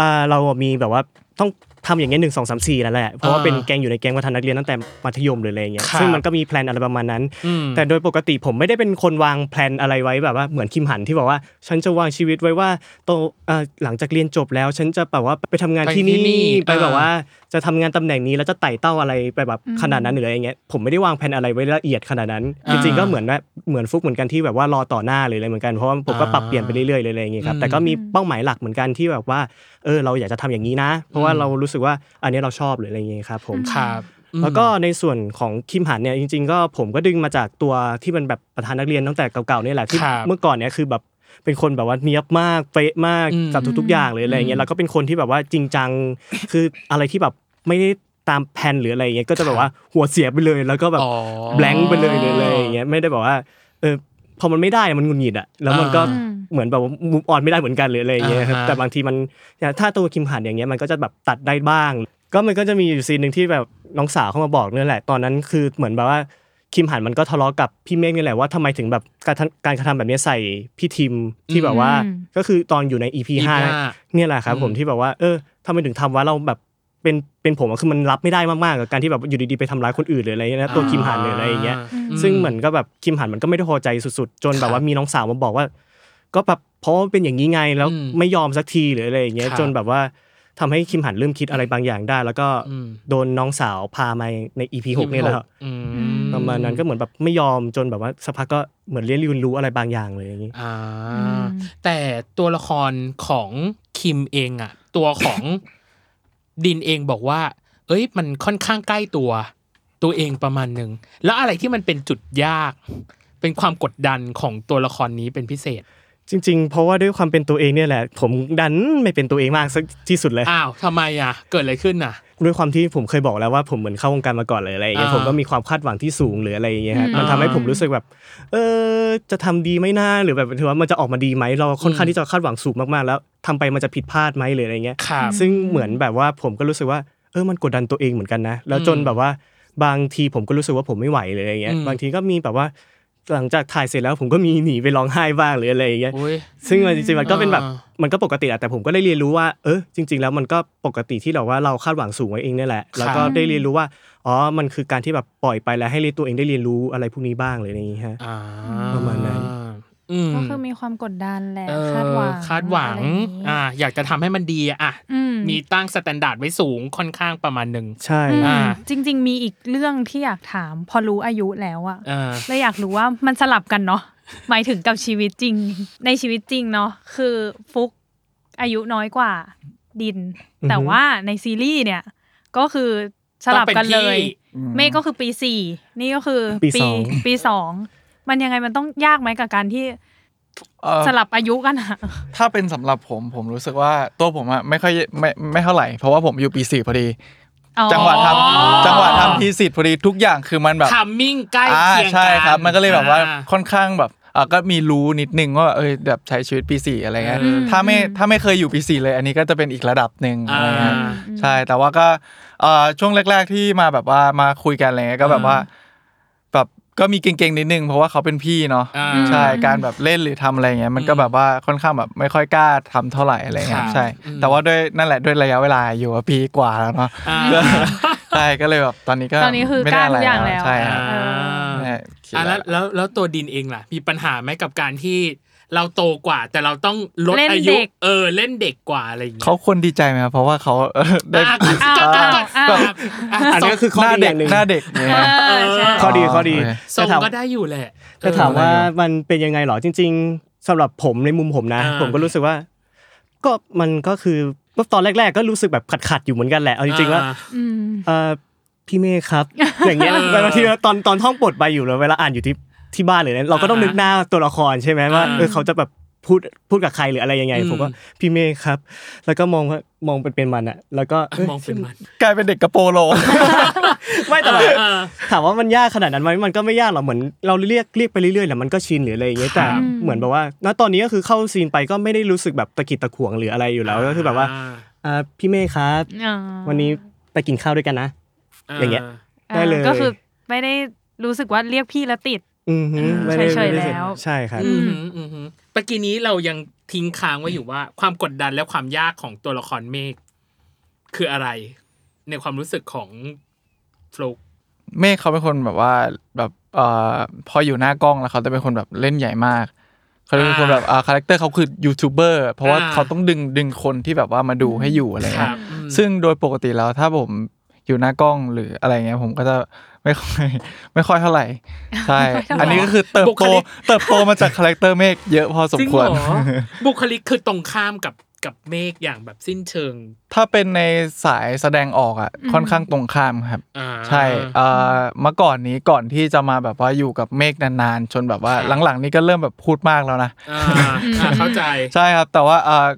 Speaker 5: อ่าเราอ่ะมีแบบว่าต้องทำอย่างเงี้ยหนึ่งสองสามสี่นั่นแหละเพราะว่าเป็นแก๊งอยู่ในแก๊งประธานนักเรียนตั้งแต่มัธยมหรืออะไรอย่างเงี้ยซึ่งมันก็มีแพลนอะไรประมาณนั้น
Speaker 3: อืม
Speaker 5: แต่โดยปกติผมไม่ได้เป็นคนวางแผนอะไรไว้แบบว่าเหมือนคิมหันที่บอกว่า ฉันจะวางชีวิตไว้ว่าโตเอ่อหลังจากเรียนจบแล้ว ฉันจะแบบว่าไปทำงาน
Speaker 3: ไป
Speaker 5: ที่
Speaker 3: ที่
Speaker 5: นี่
Speaker 3: นี่
Speaker 5: ไปแบบ
Speaker 3: อ่า
Speaker 5: ว่าจะทำงานตำแหน่งนี้แล้วจะไต่เต้าอะไรไปแบบขนาดนั้นหรืออะไรอย่างเงี้ยผมไม่ได้วางแผนอะไรไว้ละเอียดขนาดนั้น จริงๆก็เหมือนว่าเหมือนฟุกเหมือนกันที่แบบว่ารอต่อหน้าเลยอะไรเหมือนกันเพราะว่าผมก็ปรับเปลี่ยนไปเรื่อยๆเลยอะไรอย่างเงี้ยครับแต่ก็มีเป้าหมายหลักเหมือนกันที่แบบว่าเออเราอยากจะทำอย่างนี้นะ เพราะว่าเรารู้สึกว่าอันเนี้ยเราชอบหรืออะไรอย่างเงี้ยครับผม
Speaker 3: ครับอืม
Speaker 5: แล้วก็ในส่วนของคิมหันเนี่ยจริง ๆ ก็ผมก็ดึงมาจากตัวที่มันแบบประธานนักเรียนตั้งแต่เก่าๆเนี่ยแหละที่
Speaker 3: ครับ
Speaker 5: เมื่อก่อนเนี่ยคือแบบเป็นคนแบบว่าเนียบมากเป๊ะมากกับทุกๆอย่างเลยอะไรอย่างเงี้ยแล้วก็เป็นคนที่แบบว่าจริงจัง คืออะไรที่แบบไม่ได้ตามแผนหรืออะไรอย่างเงี้ยก็จะแบบว่าหัวเสียไปเลย แล้วก็แบบ
Speaker 3: อ๋อ
Speaker 5: blank ไปเลยเลยเลยอย่างเงี้ยไม่ได้แบบว่าเออพอมันไม่ได้มันหงุนหงิดอะแล้วมันก็
Speaker 3: อ่
Speaker 2: า
Speaker 5: เหมือนแบบมุมออนไม่ได้เหมือนกันหรืออะไรอย่างเงี้ยครับ
Speaker 3: อ่าฮะ
Speaker 5: แต่บางทีมันถ้าตัวคิมหันอย่างเงี้ยมันก็จะแบบตัดได้บ้าง ก็มันก็จะมีอยู่ซีนหนึ่งที่แบบน้องสาวเข้ามาบอกเนี่ยแหละตอนนั้นคือเหมือนแบบว่าคิมหันมันก็ทะเลาะกับพี่เมฆนี่แหละว่าทำไมถึงแบบการทำการกระทำแบบเนี้ยใส่พี่ทิมที่แบบว่า
Speaker 2: อืม
Speaker 5: ก็คือตอนอยู่ใน EP
Speaker 3: อีก
Speaker 5: ห้า
Speaker 3: หน้า
Speaker 5: เนี่ยแหละครับผมที่แบบว่าเออทำไมถึงทำวะเราแบบเป็นเป็นผมอะคือมันรับไม่ได้มากๆกับการที่แบบอยู่ดีๆไปทำร้ายคนอื่นหรืออะไรเงี้ยนะตัวคิมหันหรืออะไรอย่างเงี้ย ซึ่งเหมือนก็แบบคิมหันมันก็ไม่ได้พอใจสุดๆ จน
Speaker 3: ครั
Speaker 5: แบบบว่ามีน้องสาวมาบอกว่า ก็แบบเพราะว่าเป็นอย่างนี้ไงแล้ว
Speaker 3: อืม
Speaker 5: ไม่ยอมสักทีหรืออะไรอย่างเงี้ย
Speaker 3: ครับ
Speaker 5: จนแบบว่าทำให้คิมหันเริ่มคิดอะไรบางอย่างได้ แล้วก็
Speaker 3: อืม
Speaker 5: โดนน้องสาวพามาในอีพีหกนี่ยแหละครับ
Speaker 3: อืม
Speaker 5: ประมาณนั้นก็เหมือนแบบไม่ยอมจนแบบว่าสักพักก็เหมือนเรียนรู้อะไรบางอย่างเลยอย่างนี้
Speaker 3: อ่า
Speaker 2: อืม
Speaker 3: แต่ตัวละครของคิมเองอะตัวของ ดินเองบอกว่า เอ้ย มันค่อนข้างใกล้ตัว ตัวเองประมาณหนึ่งแล้วอะไรที่มันเป็นจุดยาก เป็นความกดดันของตัวละครนี้เป็นพิเศษ
Speaker 5: จริง ๆ เพราะว่าด้วยความเป็นตัวเองเนี่ยแหละ ผมดันไม่เป็นตัวเองมากสักที่สุดเลย
Speaker 3: อ้าวทำไมอ่ะ เกิดอะไรขึ้นน่ะ
Speaker 5: ด้วยความที่ผมเคยบอกแล้วว่าผมเหมือนเข้าวงการมาก่อนเลยอะไรอย่างเงี้ย
Speaker 3: อ่า
Speaker 5: ผมก็มีความคาดหวังที่สูงหรืออะไรอย่างเงี้ยครับ
Speaker 3: อืม
Speaker 5: มันทำให้ผมรู้สึกแบบ เออจะทำดีไหมนะหรือแบบถือว่ามันจะออกมาดีไหมเราค่อนข้างที่จะคาดหวังสูงมากๆแล้วทำไปมันจะผิดพลาดไหมหรืออะไรเงี้ย
Speaker 3: ครับ
Speaker 5: ซึ่งเหมือนแบบว่าผมก็รู้สึกว่าเออมันกดดันตัวเองเหมือนกันนะแล้วจนแบบว่าบางทีผมก็รู้สึกว่าผมไม่ไหวเลยอะไรเงี้ย
Speaker 3: อืม
Speaker 5: บางทีก็มีแบบว่าหลังจากถ่ายเสร็จแล้วผมก็มีหนีไปร้องไห้บ้างหรืออะไรอย่างเงี้ย
Speaker 3: โอ้ย
Speaker 5: ซึ่งมันจริงๆมันก็เป็นแบบ
Speaker 3: อ่า
Speaker 5: มันก็ปกติแหละแต่ผมก็ได้เรียนรู้ว่าเออจริง ๆ แล้วมันก็ปกติที่เราว่าเราคาดหวังสูงไว้เองเนี่ยแหละแล้วก็
Speaker 3: ครับ
Speaker 5: ได้เรียนรู้ว่าอ๋อมันคือการที่แบบปล่อยไปแล้วให้ตัวเองได้เรียนรู้อะไรพวกนี้บ้างเลยอย่างนี้ฮะ
Speaker 3: อ่า
Speaker 5: ประมาณนั้น
Speaker 3: อืม
Speaker 2: ก็คือมีความกดดันแหละ
Speaker 3: เออ
Speaker 2: คาดหวัง
Speaker 3: คาดหวัง
Speaker 2: อะไรย่างงี้
Speaker 3: อ่า อยากจะทำให้มันดีอะอ่ะ
Speaker 2: อืม
Speaker 3: มีตั้งสแตนดาร์ดไว้สูงค่อนข้างประมาณหนึ่ง
Speaker 5: ใช่
Speaker 2: อืม
Speaker 3: อ่า
Speaker 2: จริง ๆ มีอีกเรื่องที่อยากถาม พอรู้อายุแล้วอะ
Speaker 3: อ่า
Speaker 2: เลยอยากรู้ว่ามันสลับกัน เนาะหมายถึงกับชีวิตจริง ในชีวิตจริงเนาะคือฟุกอายุน้อยกว่าดิน แต่ว่าในซีรีส์เนี่ยก็คือสลับกันเลย เมฆก็คือปีสี่นี่ก็คือ
Speaker 5: ปีสอง
Speaker 2: ปีสองมันยังไงมันต้องยากไหมกับการที่
Speaker 4: เอ่อ
Speaker 2: สลับอายุกันอะ
Speaker 4: ถ้าเป็นสำหรับผมผมรู้สึกว่าตัวผมอะไม่ค่อยไม่ไม่เท่าไหร่ เพราะว่าผมอยู่ปีสี่พอดี
Speaker 2: อ๋อ
Speaker 4: จังหวะทำ
Speaker 3: อ๋อ
Speaker 4: จังหวะทำทีสิทธิ์พอดีทุกอย่างคือมันแบบ
Speaker 3: ทามมิ่งใกล้
Speaker 4: อ่า
Speaker 3: เคียงกัน
Speaker 4: ใช่ครับ มันก็เลยแบบว่า
Speaker 3: อ่
Speaker 4: ค่อนข้างแบบอ่ะก็มีรู้นิดนึงว่าเออแบบใช้ชีวิตปีสี่อะไรเงี้ย
Speaker 3: อืม
Speaker 4: ถ้าไม่ถ้าไม่เคยอยู่ปีสี่เลยอันนี้ก็จะเป็นอีกระดับหนึ่งอะไรเงี้ย
Speaker 3: อ่า
Speaker 4: ใช่แต่ว่าก็เอ่อช่วงแรก ๆที่มาแบบว่ามาคุยกันอะไรเงี้ยก็แบบว่าแบบก็มีเก่งๆนิดนึงเพราะว่าเขาเป็นพี่เนาะ
Speaker 3: อ่า
Speaker 4: ใช่การแบบเล่นหรือทำอะไรเงี้ยมันก็แบบว่าค่อนข้างแบบไม่ค่อยกล้าทำเท่าไหร่อะไร
Speaker 3: ครั
Speaker 4: เงี้ย
Speaker 3: บ
Speaker 4: ใช่
Speaker 3: อืม
Speaker 4: แต่ว่าด้วยนั่นแหละด้วยระยะเวลาอยู่อะปีกว่าแล้ว เนาะ
Speaker 3: อ่า
Speaker 4: ใช่ก็เลยแบบตอนนี้ก็
Speaker 2: ตอนนี้คือ
Speaker 4: ไม่ได้อะไร
Speaker 2: กล้าทุกอย่างแล้ว
Speaker 4: ใช่ฮะ
Speaker 3: อ่า
Speaker 4: ใช่คิด
Speaker 3: อ่ะ
Speaker 4: แล้
Speaker 3: แล้ว วแล้วแล้วตัวดินเองล่ะ มีปัญหาไหมกับการที่เราโตกว่า แต่เราต้องลด
Speaker 2: เล่น
Speaker 3: อา
Speaker 2: เด็
Speaker 3: ยุ
Speaker 2: ก
Speaker 3: เออเล่นเด็กกว่าอะไรอย่างเงี้ย
Speaker 4: เขาควรดีใจไหมครับเพราะว่า เขาเอ่อได้
Speaker 3: อ่ะก็ก็ก็ก็
Speaker 2: อ้าว
Speaker 3: อ่ะ
Speaker 5: อันนี้ก็คือข้อ
Speaker 4: หน้า
Speaker 5: ดี
Speaker 4: เด็
Speaker 5: อก ย่างหนึ่ง
Speaker 4: หน้าเด็กเนี่ย
Speaker 2: เออใช่
Speaker 5: ข้อดีข้อดี
Speaker 4: โอเค
Speaker 3: ทรง
Speaker 5: แต่ถาม
Speaker 3: ก็ได้อยู่แหละ
Speaker 5: แต่ถามว่ามันเป็นยังไงเหรอจริง ๆสำหรับผมในมุมผมนะ
Speaker 3: อ่า
Speaker 5: ผมก็รู้สึกว่า ก็มันก็คือตอนแรก ๆ ก็รู้สึกแบบขัดๆอยู่เหมือนกันแหละเอาจริงๆว่า
Speaker 3: อ่
Speaker 2: อืม
Speaker 5: เอ่อพี่เมฆครับ อย่างเงี้ย
Speaker 3: เออบ
Speaker 5: างทีตอนตอนท่องบทไปอยู่แล้วเวลาอ่านอยู่ที่ที่บ้านหรืออะไรเราก็ต้องนึกหน้าตัวละครใช่ไหมว่า
Speaker 3: อ่า
Speaker 5: เออเขาจะแบบพูดพูดกับใครหรืออะไรยังไง
Speaker 3: อืม
Speaker 5: ผมว่าพี่เมฆครับ แล้วก็มองว่ามองเป็นเป็นมันอะแล้วก็เอ้ย
Speaker 3: มองเป็นมัน
Speaker 4: กลายเป็นเด็กกระโปรงโล
Speaker 5: ไม่แต่แบบ
Speaker 3: อ่า
Speaker 5: ถามว่ามันยากขนาดนั้นไหมมันก็ไม่ยากหรอกเหมือนเราเรียกเรียกไปเรื่อยๆแหละมันก็ชินหรืออะไรอย่างเงี้ยแต่
Speaker 3: ครับ
Speaker 5: เหมือนแบบว่าณตอนนี้ก็คือเข้าซีนไปก็ไม่ได้รู้สึกแบบตะกิดตะขวงหรืออะไรอยู่แล้วก็คือแบบว่าอ่าพี่เมฆครับ วันนี้ไปกินข้าวด้วยกันนะ อย่างเงี้ย ได้เลย
Speaker 2: ก็คือไม่ได้รู้สึกว่าเรียกพี่แล้วติด
Speaker 5: อือหือไม่ได้
Speaker 2: เฉยๆ
Speaker 5: ไม่ได้สี
Speaker 2: แล้ว
Speaker 5: ใช่ครับ
Speaker 3: อืมอืมอืมเมื่อกี้นี้เรายังทิ้งค้างไว้อยู่ว่า ความกดดันและความยากของตัวละครเมฆคืออะไร ในความรู้สึกของฟลุก
Speaker 4: เมฆเขาเป็นคนแบบว่าแบบเอ่อพออยู่หน้ากล้องแล้วเขาจะเป็นคนแบบเล่นใหญ่มากเขาจะเป็นคนแบบอ่าคาแรคเตอร์เขาคือยูทูบเบอร์เพราะว่า
Speaker 3: อ่า
Speaker 4: เขาต้องดึงดึงคนที่แบบว่ามาดูให้อยู่อะไร
Speaker 3: ครั
Speaker 4: เงี้
Speaker 3: บ
Speaker 4: ย
Speaker 3: อืม
Speaker 4: ซึ่งโดยปกติแล้วถ้าผมอยู่หน้ากล้องหรืออะไรเงี้ยผมก็จะไม่ค่อย ไม่ค่อยเท่าไหร่ใช่ อันนี้ก็คือเติบ
Speaker 3: บุค
Speaker 4: โต
Speaker 3: ลิก
Speaker 4: เติบโตมาจากคาแรคเตอร์เมฆเยอะพอสมควร
Speaker 3: จงเหอบุคลิกคือตรงข้ามกับกับเมฆอย่างแบบสิ้นเชิง
Speaker 4: ถ้าเป็นในสายแสดงออกอ่ะค่อนข้างตรงข้ามครับ
Speaker 3: อ่า
Speaker 4: ใช่เอ่อเมื่อก่อนนี้ก่อนที่จะมาแบบว่าอยู่กับเมฆนานๆ จนแบบว่า
Speaker 3: ครับ
Speaker 4: หลังๆ นี้ก็เริ่มแบบพูดมากแล้วนะ
Speaker 3: อ่าอ่าเข้าใจ
Speaker 4: ใช่ครับ แต่ว่าเอ่อ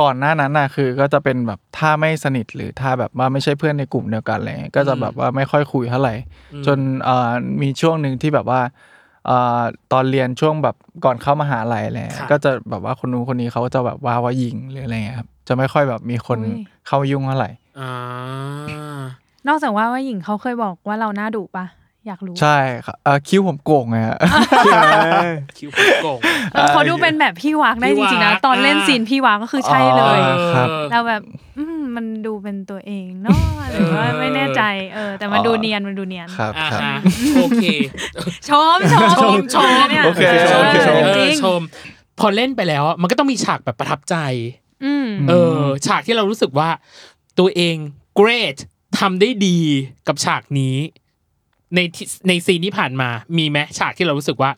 Speaker 4: ก่อนหน้านั้นน่ะคือก็จะเป็นแบบถ้าไม่สนิทหรือถ้าแบบว่าไม่ใช่เพื่อนในกลุ่มเดียวกันอะไรเงี้ยก็จะแบบว่าไม่ค่อยคุยเท่าไหร่
Speaker 3: อืม
Speaker 4: จนเอ่อมีช่วงหนึ่งที่แบบว่าเอ่อตอนเรียนช่วงแบบก่อนเข้ามหาลัยแหละ
Speaker 3: ครับ
Speaker 4: ก็จะแบบว่าคนนู้นคนนี้เขาจะแบบว่าว่ายิงหรืออะไรเงี้ยครับจะไม่ค่อยแบบมีคน
Speaker 2: อุ๊ย
Speaker 4: เข้ายุ่งเท่าไหร่
Speaker 3: อ่าน
Speaker 2: อกจากว่าว่าหญิงเขาเคยบอกว่าเราหน้าดุปะอยากรู้
Speaker 4: ใช่ครับเอ่อคิ้วผมโก่งไงฮะ
Speaker 3: คิวผมโกง
Speaker 2: เออเขาดูเป็นแบบพี่วากได้จ
Speaker 3: พี่วาก
Speaker 2: ริงๆนะ ตอนเล่น
Speaker 3: อ่า
Speaker 2: ซีนพี่วากก็คือใช่เลย
Speaker 4: อ๋อ ครับ
Speaker 2: เราแบบอืมมันดูเป็นตัวเองเนาะหรือว่าไม่แน่ใจเออ แต่มันดูเนียนมันดูเนียน
Speaker 4: ครับ
Speaker 3: อ่า
Speaker 4: ครับ
Speaker 3: ฮะโอเค
Speaker 2: ชมชม
Speaker 3: ชมชม
Speaker 2: เนี่ย
Speaker 4: โอเค
Speaker 2: เออ
Speaker 4: โอเค
Speaker 3: เออ
Speaker 2: จริง
Speaker 3: ชม พอเล่นไปแล้วอะมันก็ต้องมีฉากแบบประทับใจ
Speaker 2: อืม
Speaker 3: เออฉากที่เรารู้สึกว่าตัวเอง great ทำได้ดีกับฉากนี้ ในที่ในซีนที่ผ่านมา มีไหมฉากที่เรารู้สึกว่า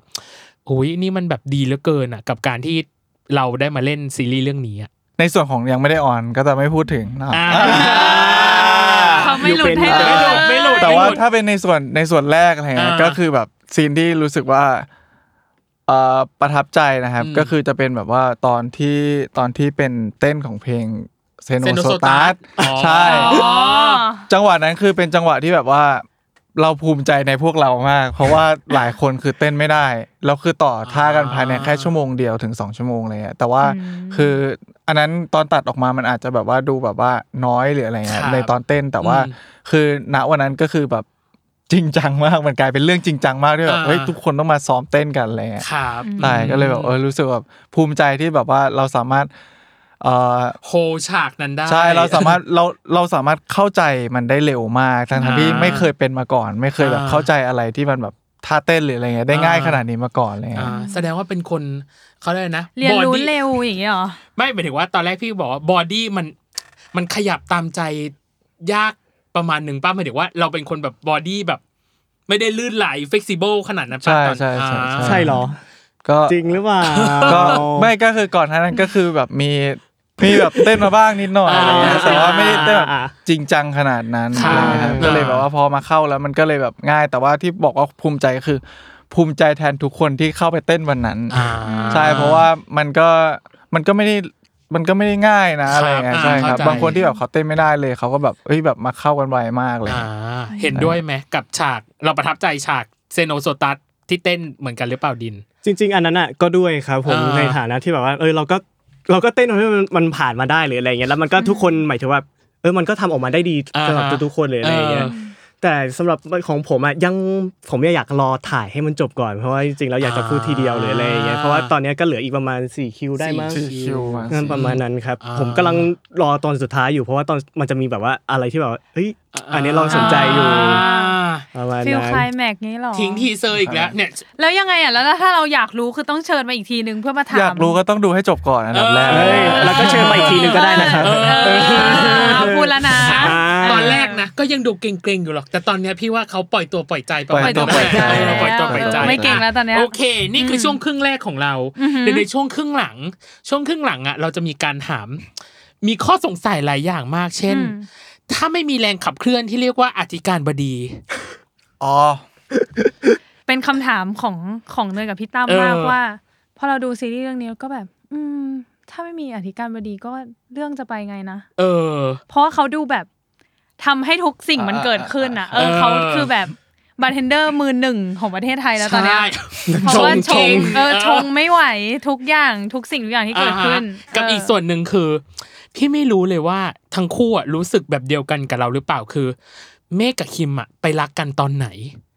Speaker 3: โอ้ยนี่มันแบบดีเหลือเกินอ่ะ กับการที่เราได้มาเล่นซีรีส์เรื่องนี้อ่ะ
Speaker 4: ในส่วนของยังไม่ได้ออนก็จะไม่พูดถึงนะ
Speaker 3: อ่า
Speaker 2: เขาไม่หลุดให้
Speaker 3: ไม่หลุดไม่หลุด
Speaker 4: แต่ว่าถ้าเป็นในส่วนในส่วนแรกอะไรเงี้ย
Speaker 3: อ่า
Speaker 4: ก็คือแบบซีนที่รู้สึกว่าเอ่อประทับใจนะครับ
Speaker 3: อืม
Speaker 4: ก็คือจะเป็นแบบว่าตอนที่ตอนที่เป็นเต้นของเพลงเซโน
Speaker 3: Seno
Speaker 4: โซ
Speaker 3: Sotas
Speaker 4: ตาส
Speaker 3: อ๋อ
Speaker 4: ใช่
Speaker 2: อ๋อ
Speaker 4: จังหวะนั้นคือเป็นจังหวะที่แบบว่าเราภูมิใจในพวกเรามาก เพราะว่าหลายคนคือเต้นไม่ได้แล้วคือต่อท่ากันภายในแค่ชั่วโมงเดียวถึง 2 ชั่วโมงเลยอะแต่ว่า
Speaker 2: อืม
Speaker 4: คืออันนั้นตอนตัดออกมามันอาจจะแบบว่าดูแบบว่าน้อยหรืออะไรเงี้ย
Speaker 3: ครับ
Speaker 4: ในตอนเต้นแต่ว่า
Speaker 3: อืม
Speaker 4: คือณวันนั้นก็คือแบบจริงจังมากมันกลายเป็นเรื่องจริงจังมากที่แบบ
Speaker 3: อ่า
Speaker 4: เฮ้ยทุกคนต้องมาซ้อมเต้นกันอะไรเงี้ย
Speaker 3: ครับ
Speaker 4: ใช่ก็เลยแบบเออรู้สึกแบบภูมิใจที่แบบว่าเราสามารถเอ่อ
Speaker 3: โฮฉากนั้นได้
Speaker 4: ใช่เราสามารถเราเราสามารถเข้าใจมันได้เร็วมากทั้ง
Speaker 3: อ่า
Speaker 4: ๆที่ไม่เคยเป็นมาก่อน ไม่เคยแบบ
Speaker 3: อ่า
Speaker 4: เข้าใจอะไรที่มันแบบท่าเต้นหรืออะไรเงี้ยได้ง่าย
Speaker 3: อ่า
Speaker 4: ขนาดนี้มาก่อนอะไรเงี้
Speaker 3: อ่าย แสดงว่าเป็นคนเขาเรียกอะไรนะ
Speaker 2: เรียนรู้
Speaker 3: body
Speaker 2: เร็วอย่างเงี้ยเหรอ
Speaker 3: ไม่หมายถึงว่าตอนแรกพี่บอกว่าบอดี้มันมันขยับตามใจยากประมาณหนึ่งป้าหมายถึงว่าเราเป็นคนแบบบอดี้แบบ ไม่ได้ลื่นไหลเฟกซิเบิลขนาดนั้นป่ะ
Speaker 4: ใช่
Speaker 3: ตอน
Speaker 4: ใช่ใช่
Speaker 3: อ่า
Speaker 5: ใช่เหรอ
Speaker 4: ก็
Speaker 5: จริงหรือเปล่า
Speaker 4: ก็ไม่ก็คือก่อนหน้านั้นก็คือแบบมีมีแบบเต้นมาบ้างนิดหน่อยอะไรเงี้ย
Speaker 3: อ่า
Speaker 4: แต่ว่าไม่ได้เต้นแบบ
Speaker 5: อ่า
Speaker 4: จริงจังขนาดนั้น
Speaker 3: ค่ะ
Speaker 4: อะไรเงี้ยครับ
Speaker 3: อ่า
Speaker 4: ก็เลยแบบว่าพอมาเข้าแล้วมันก็เลยแบบง่าย แต่ว่าที่บอกว่าภูมิใจก็คือ ภูมิใจแทนทุกคนที่เข้าไปเต้นวันนั้น
Speaker 3: อ่า
Speaker 4: ใช่เพราะว่ามันก็มันก็ไม่ได้มันก็ไม่ได้ง่ายนะครับ อะไรเงี้ย
Speaker 3: อ่า
Speaker 4: ใช่ครับ
Speaker 3: เข้าใจ
Speaker 4: บางคนที่แบบเขาเต้นไม่ได้เลยเขาก็แบบเอ้ยแบบมาเข้ากันไวมากเลย
Speaker 3: อ่า เห็นด้วยไหมกับฉากเราประทับใจฉากเซโนโซตัสที่เต้นเหมือนกันหรือเปล่าดิน
Speaker 5: จริง ๆ อันนั้นอ่ะก็ด้วยครับผม
Speaker 3: อ่า
Speaker 5: ในฐานะที่แบบว่า เออเราก็เราก็เต้นให้มันมันผ่านมาได้หรืออะไรเงี้ยแล้วมันก็ทุกคนหมายถึงว่าเออมันก็ทำออกมาได้ดี
Speaker 3: อ่า
Speaker 5: สำหรับทุกๆคนเลยอะไรเงี้
Speaker 3: เอ
Speaker 5: ย
Speaker 3: อ
Speaker 5: แต่สำหรับของผมอ่ะยังผมยังอยากรอถ่ายให้มันจบก่อนเพราะว่าจริงๆเราอยากจะพูดทีเดียวหรืออะไรเงี้ย
Speaker 3: อ่า
Speaker 5: เพราะว่าตอนเนี้ยก็เหลืออีกประมาณ4คิวได้มั้ง
Speaker 4: สี่คิว
Speaker 5: นั่นประมาณนั้นครับ
Speaker 3: อ่า
Speaker 5: ผมกำลังรอตอนสุดท้ายอยู่เพราะว่าตอนมันจะมีแบบว่าอะไรที่แบบว่าเฮ้ยอันนี้เราสนใจอยู่
Speaker 3: า
Speaker 5: ประมาณ
Speaker 2: ฟิล
Speaker 5: นั้
Speaker 2: คลาย
Speaker 5: น
Speaker 2: แม็กนี้เหรอ
Speaker 3: ทิ้งทีเซอร์อีกแล้วเนี่ย
Speaker 2: แล้วยังไงอ่ะ แล้วถ้าเราอยากรู้คือต้องเชิญมาอีกทีนึงเพื่อมาถาม
Speaker 4: อยากรู้ก็ต้องดูให้จบก่อนอันดับแรก
Speaker 3: เอ้
Speaker 5: เอ้ย
Speaker 3: ย
Speaker 5: แล้วก็เชิญไปอีกทีหนึงก็ได้นะครับ
Speaker 3: เออ
Speaker 2: เออพูดแล้วนะ
Speaker 5: อ่า
Speaker 3: ตอนแรกนะก็ยังดูเกรงๆอยู่หรอก แต่ตอนเนี้ยพี่ว่าเขาปล่อยตัวปล่อยใจประมา
Speaker 2: ป
Speaker 3: ณ
Speaker 2: ล่อยตัวปล่อยใจ
Speaker 3: เอปล่อยตัวปล่อยใจ
Speaker 2: ไม่เกรงแล้วตอนเนี้ย
Speaker 3: โอเค นี่คืออ
Speaker 2: ม
Speaker 3: ช่วงครึ่งแรกของเรา
Speaker 2: อือหือ
Speaker 3: เดี๋ยวในช่วงครึ่งหลัง ช่วงครึ่งหลังอ่ะเราจะมีการถาม มีข้อสงสัยหลายอย่างมาก เช่น
Speaker 2: อืม
Speaker 3: ถ้าไม่มีแรงขับเคลื่อนที่เรียกว่าอธิการบดี
Speaker 4: อ๋อ
Speaker 2: เป็นคำถามของของเนยกับพี่ตั้ม
Speaker 3: เออ
Speaker 2: มากว่าพอเราดูซีรีส์เรื่องนี้ก็แบบ อืม ถ้าไม่มีอธิการบดีก็เรื่องจะไปไงนะ
Speaker 3: เออ
Speaker 2: เพราะว่าเขาดูแบบทำให้ทุกสิ่งมันเกิดขึ้นอ่ะ เออเขา
Speaker 3: เออ
Speaker 2: คือแบบบาร์เทนเดอร์มือหนึ่งของประเทศไทยแล้วตอนเนี้ย
Speaker 3: ใช่
Speaker 2: เพราะว่าช
Speaker 3: ชง
Speaker 2: งเออ
Speaker 3: เออ
Speaker 2: ชงไม่ไหวทุกอย่างทุกสิ่งทุกอย่างที่เกิดขึ้น
Speaker 3: อ่าฮะกับอีกส่วนหนึ่งคือ พี่ไม่รู้เลยว่าทั้งคู่อะรู้สึกแบบเดียวกันกับเราหรือเปล่าคือ เมฆกับคิมอะไปรักกันตอนไหน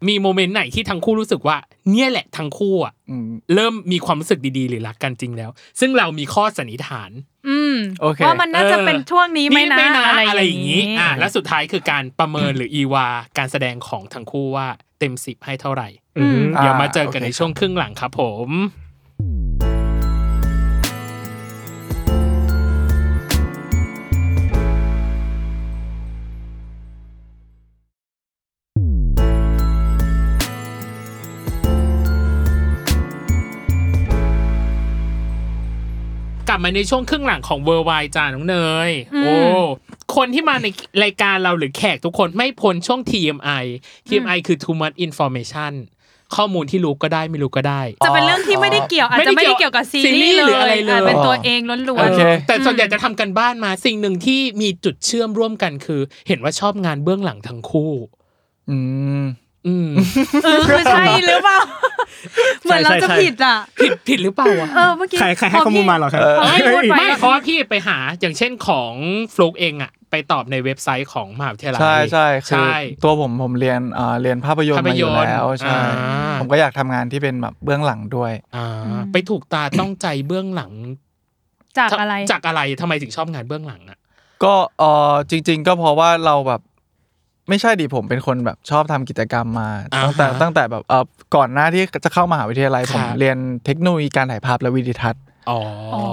Speaker 3: มีโมเมนต์ไหนที่ทั้งคู่รู้สึกว่า เนี่ยแหละทั้งคู่อะ
Speaker 4: อืม
Speaker 3: เริ่มมีความรู้สึกดีๆ หรือรักกันจริงแล้ว ซึ่งเรามีข้อสันนิษฐาน
Speaker 2: อืม
Speaker 4: โอเค
Speaker 2: ว่ามันน่าจะเป็นช่วงนี้ไหมนะ
Speaker 3: นี่
Speaker 2: อะไรอย่าง
Speaker 3: นี้
Speaker 2: นี้
Speaker 3: อ่ะและสุดท้ายคือการประเมินหรืออีวาการแสดงของทั้งคู่ว่าเต็มสิบให้เท่าไหร่
Speaker 5: อืม
Speaker 4: อ่า
Speaker 3: เดี๋ยวมาเจอกัน
Speaker 4: โอเค
Speaker 3: ในช่วงครึ่งหลังครับผม กลับมาในช่วงครึ่งหลังของเวอร์ไวจ้าน้องเนย โอ้ คนที่มาในรายการเราหรือแขกทุกคนไม่พ้นช่วง TMI TMI คือ too much information ข้อมูลที่รู้ก็ได้ไม่รู้ก็ได้
Speaker 2: จะเป็นเรื่องที่ไม่ได้เกี่ยวอาจจะ
Speaker 3: ไม่
Speaker 2: ไม่
Speaker 3: ได้
Speaker 2: ได้
Speaker 3: เกี่
Speaker 2: เกี่
Speaker 3: ย
Speaker 2: ยว วกั
Speaker 3: กับบ ซี
Speaker 2: ซี
Speaker 3: รี
Speaker 2: รี
Speaker 3: ส์
Speaker 2: ส์
Speaker 3: ห
Speaker 2: เล
Speaker 3: รืออะไร
Speaker 2: ย
Speaker 3: เลย
Speaker 2: อ่ะเป็นตัวเองล้
Speaker 3: เอ
Speaker 2: วน
Speaker 3: อ
Speaker 4: โอเค
Speaker 3: แต่ส่วนใหญ่จะทำกันบ้านมาสิ่งหนึ่งที่มีจุดเชื่อมร่วมกันคือ เห็นว่าชอบงานเบื้องหลังทั้งคู่
Speaker 4: อืม
Speaker 3: อืม
Speaker 2: ๆเออคือใช่หรือเปล่า เหมือนเราจะ
Speaker 5: ใช่
Speaker 2: ผิดอ่ะ
Speaker 3: ผิดผิดหรือเปล่าวะ
Speaker 2: เออเมื่อกี้
Speaker 5: ใครใครให้ข้อมูลมาเหรอครับ
Speaker 2: พอ
Speaker 3: ไม่
Speaker 2: พี่พูดไป
Speaker 3: ไม่เพราะว่าพี่ไปหาอย่างเช่นของฟลุกเองอะไปตอบในเว็บไซต์ของมหาวิทยาลัย
Speaker 4: ใช่ใช่คือ
Speaker 3: ใช่
Speaker 4: ตัวผมผมเรียนเอ่อเรียนภาพยนตร์
Speaker 3: ภาพ
Speaker 4: มาอยยู่
Speaker 3: นตร์
Speaker 4: แล้วใช่
Speaker 3: อ่า
Speaker 4: ผมก็อยากทำงานที่เป็นแบบเบื้องหลังด้วย
Speaker 3: อ่าไปถูกตาต้องใจเบื้องหลัง
Speaker 2: จากอะไร
Speaker 3: จากอะไรทำไมถึงชอบงานเบื้องหลังอะ
Speaker 4: ก็เออจริง ๆ ก็เพราะว่าเราแบบไม่ใช่ดิผมเป็นคนแบบชอบทำกิจกรรมมาตั้งแต่ตั้งแต่แบบเออก่อนหน้าที่จะเข้ามหาวิทยาลัยผมเรียนเทคโนโลยีการถ่ายภาพและวิดิทัศน์
Speaker 3: อ๋อ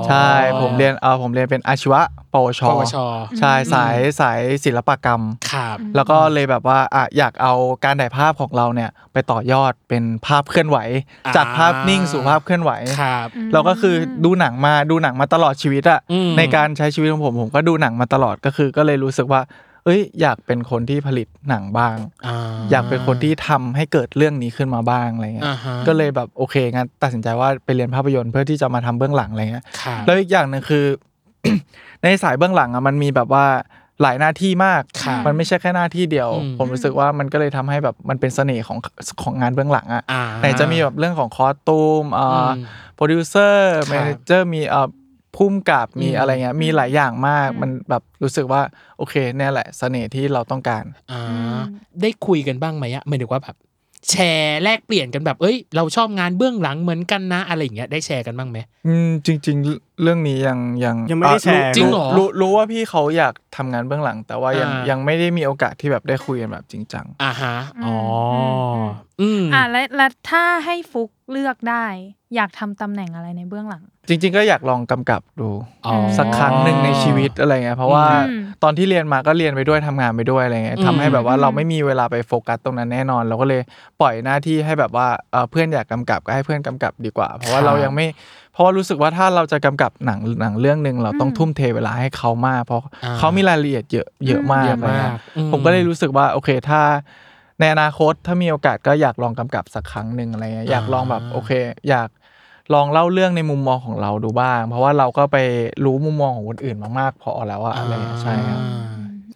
Speaker 4: ใช่ผมเรียนเออผมเรียนเป็นอาชีวะ ปวช
Speaker 3: ปวช
Speaker 4: ใช่สายสายศิลปกรรม
Speaker 3: ครับ
Speaker 4: แล้วก็เลยแบบว่าอ่ะอยากเอาการถ่ายภาพของเราเนี่ยไปต่อยอดเป็นภาพเคลื่อนไหว จากภาพนิ่งสู่ภาพเคลื่อนไหว
Speaker 3: ครับ
Speaker 4: เราก็คือดูหนังมาดูหนังมาตลอดชีวิตอะ
Speaker 3: อืม
Speaker 4: ในการใช้ชีวิตของผมผมก็ดูหนังมาตลอดก็คือ ก็เลยรู้สึกว่า เอ้ย อยากเป็นคนที่ผลิตหนังบ้าง อยากเป็นคนที่ทำให้เกิดเรื่องนี้ขึ้นมาบ้างอะไรเงี้ย
Speaker 3: อ่าฮะ
Speaker 4: ก็เลยแบบโอเคงั้นตัดสินใจว่าไปเรียนภาพยนตร์เพื่อที่จะมาทำเบื้องหลังอะไรเงี้ย
Speaker 3: ครับ
Speaker 4: แล้วอีกอย่างหนึ่งคือ ในสายเบื้องหลังอะมันมีแบบว่าหลายหน้าที่มาก
Speaker 3: ครับ
Speaker 4: มันไม่ใช่แค่หน้าที่เดียว
Speaker 3: อืม
Speaker 4: ผมรู้สึกว่ามันก็เลยทำให้แบบมันเป็นเสน่ห์ของของงานเบื้องหลังอะ
Speaker 3: อ่า
Speaker 4: ไหนจะมีแบบเรื่องของคอสตูมอ่า โปรดิวเซอร์
Speaker 3: ครับ
Speaker 4: แมเนเจอร์มีเอ่อพุ่มกับมี
Speaker 3: อืม
Speaker 4: อะไรเงี้ยมีหลายอย่างมาก
Speaker 2: อืม
Speaker 4: มันแบบรู้สึกว่า โอเคเนี่ยแหละเสน่ห์ที่เราต้องการ
Speaker 3: อ่าได้คุยกันบ้างไหมอะหมายถึงว่าแบบ แชร์แลกเปลี่ยนกันแบบ เอ้ย เราชอบงานเบื้องหลังเหมือนกันนะ อะไรอย่างเงี้ยได้แชร์กันบ้างไหม
Speaker 4: อืมจริง ๆ เรื่องนี้ยังยัง
Speaker 5: ยังไม่ได้แชร์
Speaker 4: อ่ะ
Speaker 3: จริงเหรอ
Speaker 4: รู้รู้ว่าพี่เขาอยากทำงานเบื้องหลัง แต่ว่ายัง
Speaker 3: อ่ายั
Speaker 4: ยังไม่ได้มีโอกาสที่แบบได้คุยกันแบบจริงจัง
Speaker 3: อ่าฮะ
Speaker 2: อืม
Speaker 3: อ๋ออ
Speaker 2: ม
Speaker 3: อืม
Speaker 2: อ่ะแล้วแล้วถ้าให้ฟุกเลือกได้ อยากทำตำแหน่งอะไรในเบื้องหลัง
Speaker 4: จริง ๆ ก็อยากลองกำกับดู
Speaker 3: อ๋อ
Speaker 4: สักครั้งหนึ่งในชีวิตอะไรเงี้ยเพราะว่า
Speaker 2: อืม
Speaker 4: ตอนที่เรียนมาก็เรียนไปด้วยทำงานไปด้วยอะไรเงี้ย
Speaker 3: อืม
Speaker 4: ทำให้แบบว่า
Speaker 2: อืม
Speaker 4: เราไม่มีเวลาไปโฟกัสตรงนั้นแน่นอน เราก็เลยปล่อยหน้าที่ให้แบบว่าเอ่อเพื่อนอยากกำกับก็ให้เพื่อนกำกับดีกว่า เพราะว่าเรายังไม่เพราะว่ารู้สึกว่าถ้าเราจะกำกับหนังหนังเรื่องหนึ่งเราต้องทุ่มเทเวลาให้เขามาก เพราะ
Speaker 3: อ่
Speaker 4: เขามีรายละเอียดเยอะเยอะมาก
Speaker 3: เยอะ
Speaker 4: อะไร
Speaker 3: มา
Speaker 4: เงี้
Speaker 3: ก
Speaker 4: ย
Speaker 3: อื
Speaker 4: ผมก็เลยรู้สึกว่าโอเคถ้าในอนาคตถ้ามีโอกาสก็อยากลองกำกับสักครั้งหนึ่งอะไรเงี้ยอยากลองแบบโอเค อยากลองเล่าเรื่องในมุมมองของเราดูบ้าง เพราะว่าเราก็ไปรู้มุมมองของคนอื่นมามากพอแล้วอะอะไรเงี้ยใช่ครับ
Speaker 3: อ่า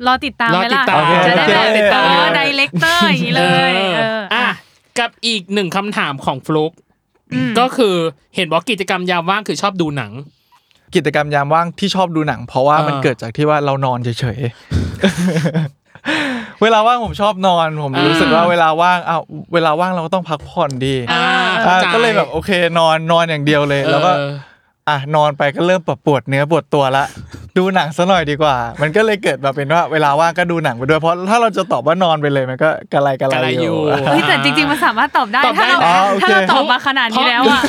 Speaker 2: รอติดตาม
Speaker 3: รอ
Speaker 2: ไหม
Speaker 3: ติด
Speaker 2: ล่ะ
Speaker 3: ตาม
Speaker 2: จะได้แบบ
Speaker 3: โอเค
Speaker 2: เออไดเรคเตอร์อย่างนี้เลยเอออ่ะ
Speaker 3: อ่ะกับอีกหนึ่งคำถามของฟลุก
Speaker 2: อืม
Speaker 3: ก็คือเห็นบอกกิจกรรมยามว่างคือชอบดูหนัง
Speaker 4: กิจกรรมยามว่างที่ชอบดูหนัง เพราะว่า
Speaker 3: อ่ามั
Speaker 4: มันเกิดจากที่ว่าเรานอนเฉยๆ เวลาว่างผมชอบนอนผม
Speaker 3: อ่ารู้
Speaker 4: รู้สึกว่าเวลาว่างอ้าวเวลาว่างเราก็ต้องพักผ่อนดี
Speaker 3: อ่า
Speaker 4: อ่า
Speaker 3: ข้าใจ
Speaker 4: ก็เลยแบบโอเคนอนนอนอย่างเดียวเลยแล้วก็
Speaker 3: เออ
Speaker 4: อ่ะนอนไปก็เริ่มปวดปวดเนื้อปวดตัวละ ดูหนังซะหน่อยดีกว่า มันก็เลยเกิดมาเป็นว่าเวลาว่างก็ดูหนังไปด้วยเพราะถ้าเราจะตอบว่านอนไปเลยมันก็กระไรกระ
Speaker 3: กระ
Speaker 4: ไร
Speaker 3: ไร
Speaker 4: อ
Speaker 3: อยู่
Speaker 4: ยู่
Speaker 2: เฮ้ยแต่จริงๆมันสามารถตอบได้
Speaker 3: ตอบได้
Speaker 2: ถ้าเรา
Speaker 3: นะ
Speaker 4: อ๋อโอเค
Speaker 2: ถ้าเราตอบมาขนาดนี้แล้วอ่ะ
Speaker 3: เ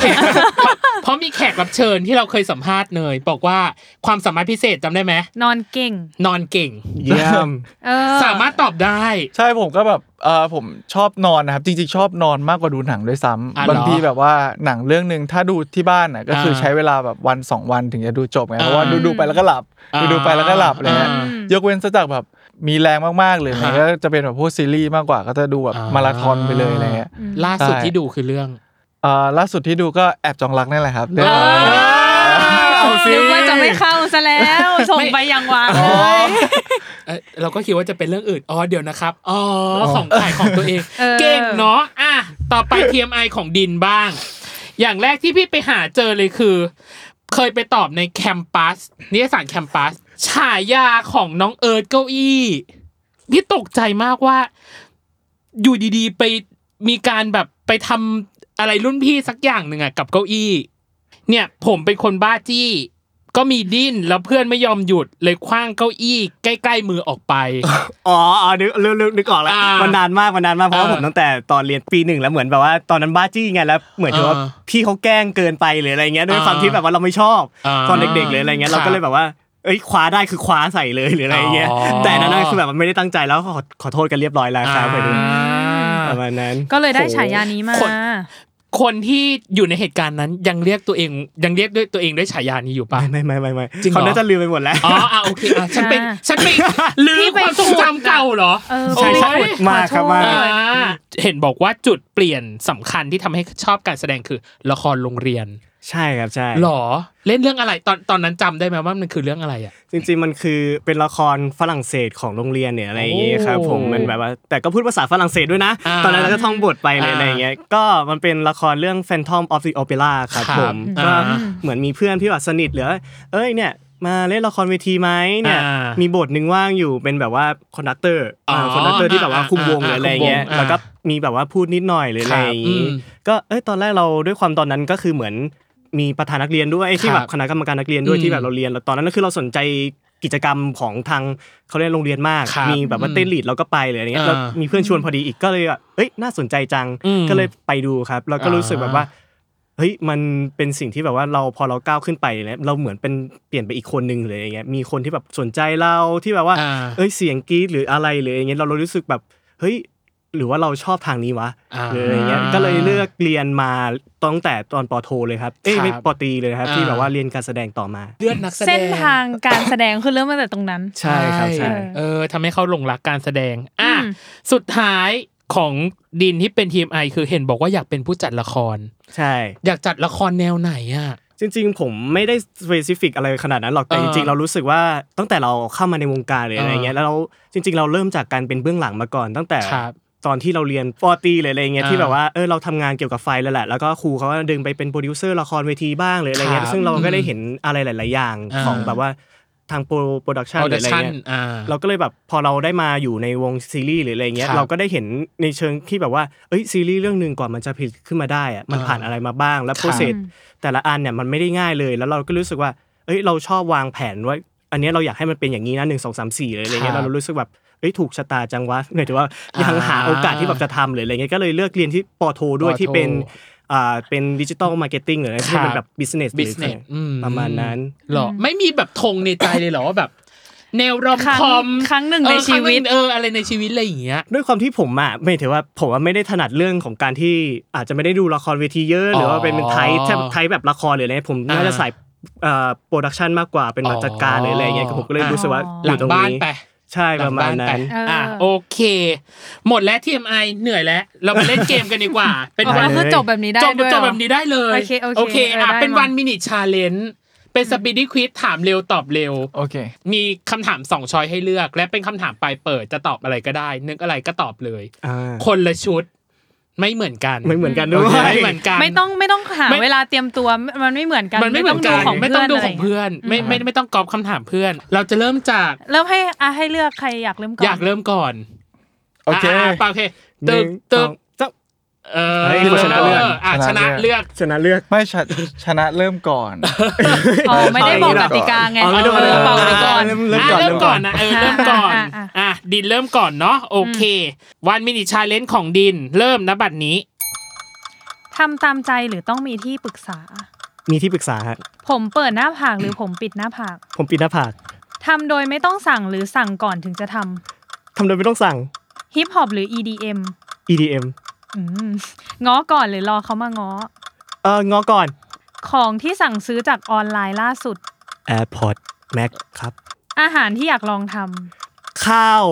Speaker 3: พราเพราะมีแขก รับเชิญที่เราเคยสัมภาษณ์เนยบอกว่าความสามารถพิเศษจำได้ไหม
Speaker 2: นอนเก่ง
Speaker 3: นอนเก่ง
Speaker 5: เยี่ยม
Speaker 2: เออ
Speaker 3: สามารถตอบได้
Speaker 4: ใช่ผมก็แบบเออผมชอบนอนนะครับ จริงๆ ชอบนอนมากกว่าดูหนังด้วยซ
Speaker 3: อ่ะเหรอบ
Speaker 4: ้ำางทีแบบว่าหนังเรื่องหนึ่งถ้าดูที่บ้านน่ะก็คืออา ใช้เวลาแบบวันสองวันถึงจะดูจบไง
Speaker 3: อ่า
Speaker 4: เพราะว่าดูดูไปแล้วก็หลับ
Speaker 3: อ่า
Speaker 4: ดูดูไปแล้วก็หลับอะไรเงี้ย
Speaker 3: อ่
Speaker 4: ยกเว้นซะจากแบบมีแรงมากๆเลย
Speaker 3: ฮะ
Speaker 4: ก็จะเป็นแบบพวกซีรีส์มากกว่าก็จะดูแบบ
Speaker 3: อ่าม
Speaker 4: มาราธอนไปเลยอะไรเงี้ย
Speaker 3: ล่าสุด
Speaker 4: ใช่
Speaker 3: ที่ดูคือเรื่อง
Speaker 4: เอ่อล่าสุดที่ดูก็แอบจองรักนี่แหละครับเรื่อง
Speaker 3: เอาสิ
Speaker 2: นึกว่าจะไม่เข้าซะแล้วส่งไปยังวางเลย
Speaker 3: เอ่อเราก็คิดว่าจะเป็นเรื่องอื่นอ๋อเดี๋ยวนะครับอ๋อของขายของตัวเอง
Speaker 2: ออ
Speaker 3: เก่งเนาะอ่ะต่อไป TMI ของดินบ้าง อย่างแรกที่พี่ไปหาเจอเลยคือ เคยไปตอบในแคมปัสนิตยสารแคมปัสฉายาของน้องเอิร์ธเก้าอี้พี่ตกใจมากว่า อยู่ดีๆ ไปมีการแบบไปทำอะไรรุ่นพี่สักอย่างหนึ่งอะกับเก้าอี้ เนี่ยผมเป็นคนบ้าจี้ ก็มีดิ้นแล้วเพื่อนไม่ยอมหยุดเลยคว้างเก้าอี้ ใกล้ๆมืออ อกไป
Speaker 5: อ๋ออ๋อนึกนึกนึกนึกออกแล้ว
Speaker 3: อ่ามั
Speaker 5: มันนานมากมันนานมากเพราะว่า
Speaker 3: เออ
Speaker 5: ผมตั้งแต่ตอนเรียนปีหนึ่งแล้วเหมือนแบบว่าตอนนั้นบ้าจี้ไงแล้วเหมือนกับว่า
Speaker 3: อ่า
Speaker 5: พี่เขาแกล้งเกินไปหรืออะไรเงี้ยด้วย
Speaker 3: อ่า
Speaker 5: ความที่แบบว่าเราไม่ชอบ
Speaker 3: อ่า
Speaker 5: ตอนเด็กๆหรืออะไรเงี้ย
Speaker 3: ครั
Speaker 5: เรา
Speaker 3: บ
Speaker 5: ก็เลยแบบว่าเอ้ยคว้าได้คือคว้าใส่เลยหรืออะไรเงี้ย
Speaker 3: อ๋อ
Speaker 5: แต่อันนั้นน่ะคือแบบมันไม่ได้ตั้งใจแล้วขอขอโทษกันเรียบร้อยแล้วครับไปดูประมาณนั้น
Speaker 2: ก็เลยได้ฉายานี้มา
Speaker 3: คน คนที่อยู่ในเหตุการณ์นั้นยังเรียกตัวเองยังเรียกด้วยตัวเองด้วยฉายานี้อยู่ปะ
Speaker 5: ไม่ไม่ไม่ไม่ไม่
Speaker 3: จริงเหรอ
Speaker 5: เขาน่าจะลืมไปหมดแล้ว
Speaker 3: อ๋ออ่ะโอเคอ่ะฉันเป็น
Speaker 2: อ่า
Speaker 3: ฉันเป็นลื
Speaker 2: ที่
Speaker 3: ม
Speaker 2: ไป
Speaker 3: ความทรง
Speaker 2: ขุด
Speaker 3: จำเก่าเหรอ
Speaker 2: เออ
Speaker 3: ใช่ใช่
Speaker 2: ขอโทษ
Speaker 5: มากครับ
Speaker 2: ขอโทษ
Speaker 5: มาก
Speaker 3: อ่าเห็นบอกว่าจุดเปลี่ยนสำคัญที่ทำให้ชอบการแสดงคือละครโรงเรียน
Speaker 5: ใช่ครับใช่
Speaker 3: หรอเล่นเรื่องอะไรตอนตอนนั้นจำได้ไหมว่ามันคือเรื่องอะไรอ่ะ
Speaker 5: จริงๆ มันคือเป็นละครฝรั่งเศสของโรงเรียนเนี่ยอะไรอย่างเงี้ยครับผม
Speaker 3: โอ้
Speaker 5: มันแบบว่าแต่ก็พูดภาษาฝรั่งเศสด้วยนะ
Speaker 3: อ่า
Speaker 5: ตอนนั้นเราก็ท่องบทไปเลย
Speaker 3: อ่า
Speaker 5: อะไรอย่างเงี้ยก็มันเป็นละครเรื่อง Phantom of the Opera ครับ
Speaker 3: ครับ
Speaker 5: ผม
Speaker 3: อ่า
Speaker 5: ก็เหมือนมีเพื่อนพี่ว่าสนิทเหลือเอ้ยเนี่ยมาเล่นละครเวทีไหมเนี่ย
Speaker 3: อ่ามี
Speaker 5: มีบทหนึ่งว่างอยู่เป็นแบบว่าคอนดักเตอร์
Speaker 3: อ๋ออ่
Speaker 5: คอนดักเตอร์ที่แบบว่าคุมวงหรืออะไรอย่างเงี้ย
Speaker 3: คุมวงอ่า
Speaker 5: แล้วก็มีแบบว่าพูดนิดหน่อยหรืออะไรอย่าง
Speaker 3: ค
Speaker 5: งี้
Speaker 3: รับอืม
Speaker 5: ก็เอ้ยตอนแรกเราด้วยความตอนนั้นก็คือเหมือนมีประธานนักเรียนด้วยไอ้
Speaker 3: ค
Speaker 5: ที่
Speaker 3: รั
Speaker 5: แบบ บคณะกรรมการนักเรียนด้วยที่แบบเราเรียนแล้วตอนนั้นก็คือเราสนใจกิจกรรมของทางเขาเรียนโรงเรียนมาก
Speaker 3: ครับ
Speaker 5: มีแบบว่าเต้นลีดเราก็ไปเลยอะไรเงี้ย
Speaker 3: อ่า
Speaker 5: แล้วมีเพื่อนชวนพอดีอีกก็เลยแบบเอ้ยน่าสนใจจัง
Speaker 3: อืม
Speaker 5: ก็เลยไปดูครับ แล้วก็รู้สึกแบบว่า เฮ้ยมันเป็นสิ่งที่แบบว่าเราพอเราก้าวขึ้นไปเนี่ยเราเหมือนเป็นเปลี่ยนไปอีกคนนึงเลยอย่างเงี้ยมีคนที่แบบสนใจเราที่แบบว่า
Speaker 3: อ่า
Speaker 5: เอ้ยเสียงกรี๊ดหรืออะไรหรืออย่างเงี้ยเรารู้สึกแบบเฮ้ยหรือว่าเราชอบทางนี้วะ
Speaker 3: อ่า
Speaker 5: หรืออะไรเงี้ยก็เลยเลือกเรียนมาตั้งแต่ตอนปอโทเลยครับเอ้ยไม่
Speaker 3: ครับ
Speaker 5: ปอตรีเลยนะครับ
Speaker 3: อ่า
Speaker 5: ที่แบบว่าเรียนการแสดงต่อมา
Speaker 3: เลือดนักแสดง
Speaker 2: เส้นทางการแสดงคือเริ่มมาจากตรงนั้น
Speaker 5: ใช่ครับใช่
Speaker 3: เออทำให้เขาหลงรักการแสดง อ่ะ
Speaker 2: อืม
Speaker 3: สุดท้ายของดินที่เป็นทีมไอคือเห็นบอกว่าอยากเป็นผู้จัดละคร
Speaker 5: ใช่
Speaker 3: อยากจัดละครแนวไหนอ่ะ
Speaker 5: จริงๆ ผมไม่ได้ specific อะไรขนาดนั้นหรอกแต่
Speaker 3: อ่า
Speaker 5: จริงๆ เรารู้สึกว่าตั้งแต่เราเข้ามาในวงการหรืออะไร
Speaker 3: อ่า
Speaker 5: เงี้ยแล้วเราจริง ๆ เราเริ่มจากการเป็นเบื้องหลังมาก่อน ตั้งแต่
Speaker 3: ครับ
Speaker 5: ตอนที่เราเรียนปอตรีเลยอะไรเงี้ย
Speaker 3: อ่า
Speaker 5: ที่แบบว่าเออเราทำงานเกี่ยวกับไฟแล้วแหละแล้วก็ครูเขาก็ดึงไปเป็นโปรดิวเซอร์ละครเวทีบ้างหรืออะไรเงี้
Speaker 3: ค
Speaker 5: ย
Speaker 3: รับ
Speaker 5: ซึ่งเราก็ได้เห็นอะไรหลาย ๆ อย่าง
Speaker 3: อ่า
Speaker 5: ของแบบว่าทางโปรโปรดักชันหรืออะไร
Speaker 3: ชั่น
Speaker 5: เงี้ย
Speaker 3: อ่า
Speaker 5: เราก็เลยแบบพอเราได้มาอยู่ในวงซีรีส์หรืออะไรเงี้ย
Speaker 3: ครับ
Speaker 5: เราก็ได้เห็นในเชิงที่แบบว่าเอ้ยซีรีส์เรื่องหนึ่งกว่ามันจะผลิตขึ้นมาได้อะมัน
Speaker 3: อ่า
Speaker 5: ผ่านอะไรมาบ้าง และ
Speaker 3: ครับ
Speaker 5: โปรเซสแต่ละอันเนี่ยมันไม่ได้ง่ายเลย แล้วเราก็รู้สึกว่าเอ้ยเราชอบวางแผนไว้อันเนี้ยเราอยากให้มันเป็นอย่างนี้นะหนึ่งสองสามสี่เลยอะไรเงี้ย
Speaker 3: ครับ
Speaker 5: เรารู้สึกแบบเอ้ยถูกชะตาจังวะหมายถึงว่า
Speaker 3: อ่ายั
Speaker 5: ยังหาโอกาสที่แบบจะทำเลยอะไรเงี้ยก็เลยเลือกเรียนที่ปอโทด้วย
Speaker 3: ปอโท
Speaker 5: ที่เป็นอ่าเป็นดิจิตอลมาร์เก็ตติ้งหรืออะไรที่เป็น
Speaker 3: ค
Speaker 5: แบ
Speaker 3: รับ
Speaker 5: บบิสเนสห
Speaker 3: บิ
Speaker 5: รื
Speaker 3: ส
Speaker 5: อ
Speaker 3: เนส
Speaker 5: ประมาณนั้น
Speaker 3: หรอไม่มีแบบธงในใจเลยเหรอว่าแบบ แนวรอม
Speaker 2: ครั้ง
Speaker 3: คอม
Speaker 2: ครั้งหนึ่ง
Speaker 3: เออ
Speaker 2: ในชีวิต
Speaker 3: ครั้งหนึ่งเอออะไรในชีวิตอะไรอย่างเงี้ย
Speaker 5: ด้วยความที่ผมอ่ะไม่ถือว่าผมอะไม่ได้ถนัดเรื่องของการที่อาจจะไม่ได้ดูละครเวทีเยอะหรือว่าเป็นไทย
Speaker 3: อ๋อ
Speaker 5: ไทยแบบละครหรืออะไรผม
Speaker 3: อ่า
Speaker 5: น่าจะสายโปรดักชันมากกว่าเป็นมาจัดการหรืออะไรอย่างเงี้ย
Speaker 3: อ๋อ
Speaker 5: ผมก็เลยรู้สึกว่าอ
Speaker 3: หลั
Speaker 5: ยู่
Speaker 3: ง
Speaker 5: ตรง
Speaker 3: บ้าน
Speaker 5: นี้
Speaker 3: ไป
Speaker 5: ใช่ประมาณ
Speaker 3: หลั
Speaker 5: นั้
Speaker 3: ง
Speaker 5: น
Speaker 3: บ้
Speaker 2: เอออ่
Speaker 3: อ่ะโอเค หมดแล้ว TMI เหนื่อยแล้ว เราไปเล่นเกมกันดีกว่า เป็น
Speaker 2: ออก
Speaker 3: วั
Speaker 2: มาน คือจบแบบนี้ได้
Speaker 3: จบ
Speaker 2: ด้วยเห
Speaker 3: จ
Speaker 2: รอ
Speaker 3: บแบบนี้ได้เลย
Speaker 2: โอเคโอเคเออ
Speaker 3: อ่ะ
Speaker 2: ได้
Speaker 3: เป็น
Speaker 2: มา
Speaker 3: วันมินิชาเลนจ์เป็นสปีด d ้ควิ z ถามเร็วตอบเร็ว
Speaker 4: โอเค
Speaker 3: มีคำถามสองช้อยให้เลือก และเป็นคำถามปลายเปิดจะตอบอะไรก็ได้ นึกอะไรก็ตอบเลย
Speaker 5: อ่า
Speaker 3: คนละชุด ไม่เหมือนกัน
Speaker 5: ไม่เหมือนกันด้
Speaker 3: โอ
Speaker 5: ว
Speaker 3: เค
Speaker 5: ย
Speaker 3: ไม่เหมือนกัน
Speaker 2: ไม่ต้องไม่ต้องหา
Speaker 3: ไม่
Speaker 2: เวลาเตรียมตัวมันไม่เหมือนกัน
Speaker 3: มันไม่เหมือน
Speaker 2: ต้
Speaker 3: กั
Speaker 2: ดู
Speaker 3: น
Speaker 2: ของ
Speaker 3: ไม่
Speaker 2: เพื่
Speaker 3: ต้อ
Speaker 2: อง น
Speaker 3: ดู
Speaker 2: อะไร
Speaker 3: ของเพื่อน ไม่ไม่ไม่ต้องกรอบคำถามเพื่อน เราจะเริ่มจาก
Speaker 2: เริ่มให้อ่ะให้เลือกใครอยากเริ่มก่อน
Speaker 3: อยากเริ่มก่อน
Speaker 4: โอเค
Speaker 3: ะะะปะโอเค
Speaker 5: ห
Speaker 3: ตึ
Speaker 5: นึ่
Speaker 3: ก
Speaker 5: ง
Speaker 3: ตึ
Speaker 5: สอก งสาม
Speaker 3: เออ
Speaker 5: เฮ้ยคนชนะเลือก
Speaker 3: ะช
Speaker 4: ช
Speaker 3: นะ
Speaker 4: นะเลื
Speaker 3: เลือ
Speaker 4: อก ก
Speaker 5: ชนะเลือก
Speaker 4: ไม่ชะชนะเริ่มก่อน
Speaker 2: อ๋อไม่ได้บอกกติกาไง
Speaker 5: อ๋อไม่
Speaker 2: เอ
Speaker 5: ได้บอ
Speaker 2: อ
Speaker 5: ก
Speaker 2: เป่าไปก่อน
Speaker 5: เริ่ม
Speaker 3: อ่ะ
Speaker 5: ก่อน
Speaker 3: เริ่มก่อน
Speaker 5: เริ่มก่อน
Speaker 3: นะเออเริ่มก่อน
Speaker 2: อ่ะอ่ะอ่ะ
Speaker 3: อ่ะดินเริ่มก่อนเนาะโอเค วันมินิชาเลนจ์ของดิน เริ่มนะบัดนี้
Speaker 2: ทำตามใจหรือต้องมีที่ปรึกษา
Speaker 5: มีที่ปรึกษาฮะ
Speaker 2: ผมเปิดหน้าผากหรือผมปิดหน้าผาก
Speaker 5: ผมปิดหน้าผาก
Speaker 2: ทำโดยไม่ต้องสั่งหรือสั่งก่อนถึงจะท
Speaker 5: ทำโดยไม่ต้องสั่ง
Speaker 2: ำฮิปฮอปหรือ EDM
Speaker 5: EDM
Speaker 2: อืมง้อก่อนหรือรอเขามาง้อ
Speaker 5: เอองอก่อน
Speaker 2: ของที่สั่งซื้อจากออนไลน์ล่าสุด
Speaker 5: AirPod Max ครับ
Speaker 2: อาหารที่อยากลองท
Speaker 5: ข้าว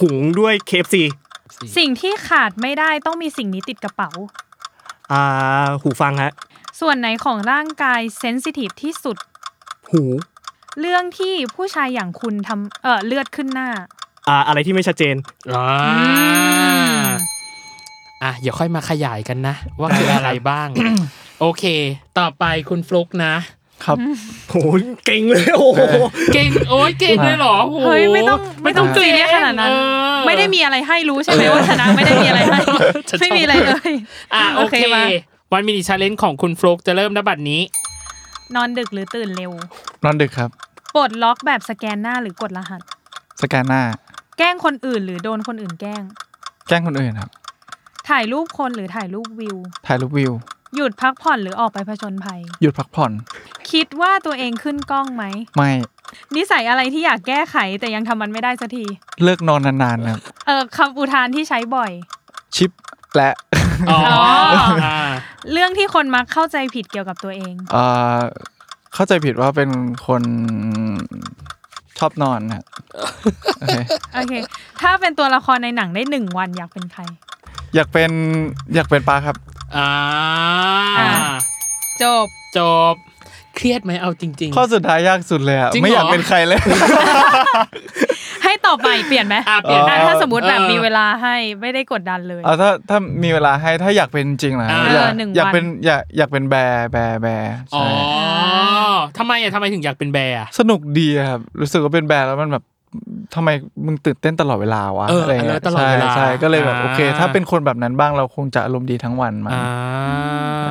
Speaker 5: หุงด้วย KFC
Speaker 2: ำสิ่งที่ขาดไม่ได้ต้องมีสิ่งนี้ติดกระเป๋า
Speaker 5: อ่าหูฟังฮะ
Speaker 2: ส่วนไหนของร่างกายเซนซิทีฟที่สุด
Speaker 5: หู
Speaker 2: เรื่องที่ผู้ชายอย่างคุณทำเออเลือดขึ้นหน้า
Speaker 5: อ่าอะไรที่ไม่ชัดเจน
Speaker 3: อ่า
Speaker 2: อืม
Speaker 3: อ่ะเดี๋ยวค่อยมาขยายกันนะ ว่าคืออะไรบ้ าง โอเค ต่อไปคุณฟลุกนะ
Speaker 4: ครับ
Speaker 5: โหเก่งเลยโอ้โห
Speaker 3: เก่งโอ้ยเก่งเลยเหรอโอ้โห
Speaker 2: เฮ้ยไม่ต้องไม่ต้องซีเรียสขนาดนั้น
Speaker 3: เออ
Speaker 2: ไม่ได้มีอะไรให้รู้ใช่ไหมว่าชนะไม่ได้ มีอะไรให้
Speaker 3: ฉันชอบ
Speaker 2: ไม่มีอะไรเลย
Speaker 3: อ่ะโอเค
Speaker 2: โอเคมา
Speaker 3: วันมินิชาเลนจ์ของคุณฟลุกจะเริ่มนะบัดนี้
Speaker 2: นอนดึกหรือตื่นเร็วน
Speaker 4: อนดึกครับ
Speaker 2: ปลดล็อกแบบสแกนหน้าหรือกดรหัส
Speaker 4: สแกนหน้า
Speaker 2: แกล้งคนอื่นหรือโดนคนอื่นแกล้ง
Speaker 4: แกล้งคนอื่นครับ
Speaker 2: ถ่ายรูปคนหรือถ่ายรูปวิว
Speaker 4: ถ่ายรูปวิว
Speaker 2: หยุดพักผ่อนหรือออกไปผจญภัย
Speaker 4: หยุดพักผ่อน
Speaker 2: คิดว่าตัวเองขึ้นกล้องไหม
Speaker 4: ไม่
Speaker 2: นิสัยอะไรที่อยากแก้ไขแต่ยังทำมันไม่ได้สักที
Speaker 4: เลิกนอนนานๆครับ
Speaker 2: เออคำอุทานที่ใช้บ่อย
Speaker 4: ชิปและ
Speaker 3: อ๋ออ่า
Speaker 2: เรื่องที่คนมักเข้าใจผิดเกี่ยวกับตัวเอง
Speaker 4: เอ่อเข้าใจผิดว่าเป็นคนชอบนอนครับโอเค
Speaker 2: โอเค ถ้าเป็นตัวละครในหนังได้หนึ่งวันอยากเป็นใคร
Speaker 4: อยากเป็นอยากเป็นปลาครับ
Speaker 3: อ่า
Speaker 2: อ่า จบ
Speaker 3: จบ เครียดไหมเอาจริง
Speaker 4: ข้อสุดท้ายยากสุดเลยอะ
Speaker 3: จริงเหรอ
Speaker 4: ไม่อยากเป็นใคร เลย
Speaker 2: ให้ต่อไปเปลี่ยนไหม
Speaker 3: อ่ะเปลี่ยน
Speaker 2: อ่ะถ้าสมมติแบบ
Speaker 3: เออ
Speaker 2: มีเวลาให้ไม่ได้กดดันเลย
Speaker 4: เอาถ้าถ้ามีเวลาให้ถ้าอยากเป็นจริงนะ
Speaker 3: อ่า
Speaker 4: อยาก
Speaker 2: หนึ่งวัน
Speaker 4: อยากเป็นอยากอยากเป็นแบร์แบร์แบร์
Speaker 3: อ๋อ
Speaker 4: ใช่
Speaker 3: ทำไมอ่ะทำไมถึงอยากเป็นแบร์อ่ะ
Speaker 4: สนุกดีอะครับรู้สึกว่าเป็นแบร์แล้วมันแบบทำไมมึงตื่นเต้นตลอดเวลาวะ
Speaker 3: เออ
Speaker 4: อะไร
Speaker 3: อันเล
Speaker 4: เงี้
Speaker 3: ย
Speaker 4: ย
Speaker 3: ตลอด
Speaker 4: ใช่
Speaker 3: เวลา
Speaker 4: ใช่ก็เลยแบบ
Speaker 3: อ่
Speaker 4: โอเค ถ้าเป็นคนแบบนั้นบ้างเราคงจะอารมณ์ดีทั้งวันมา
Speaker 3: อ่า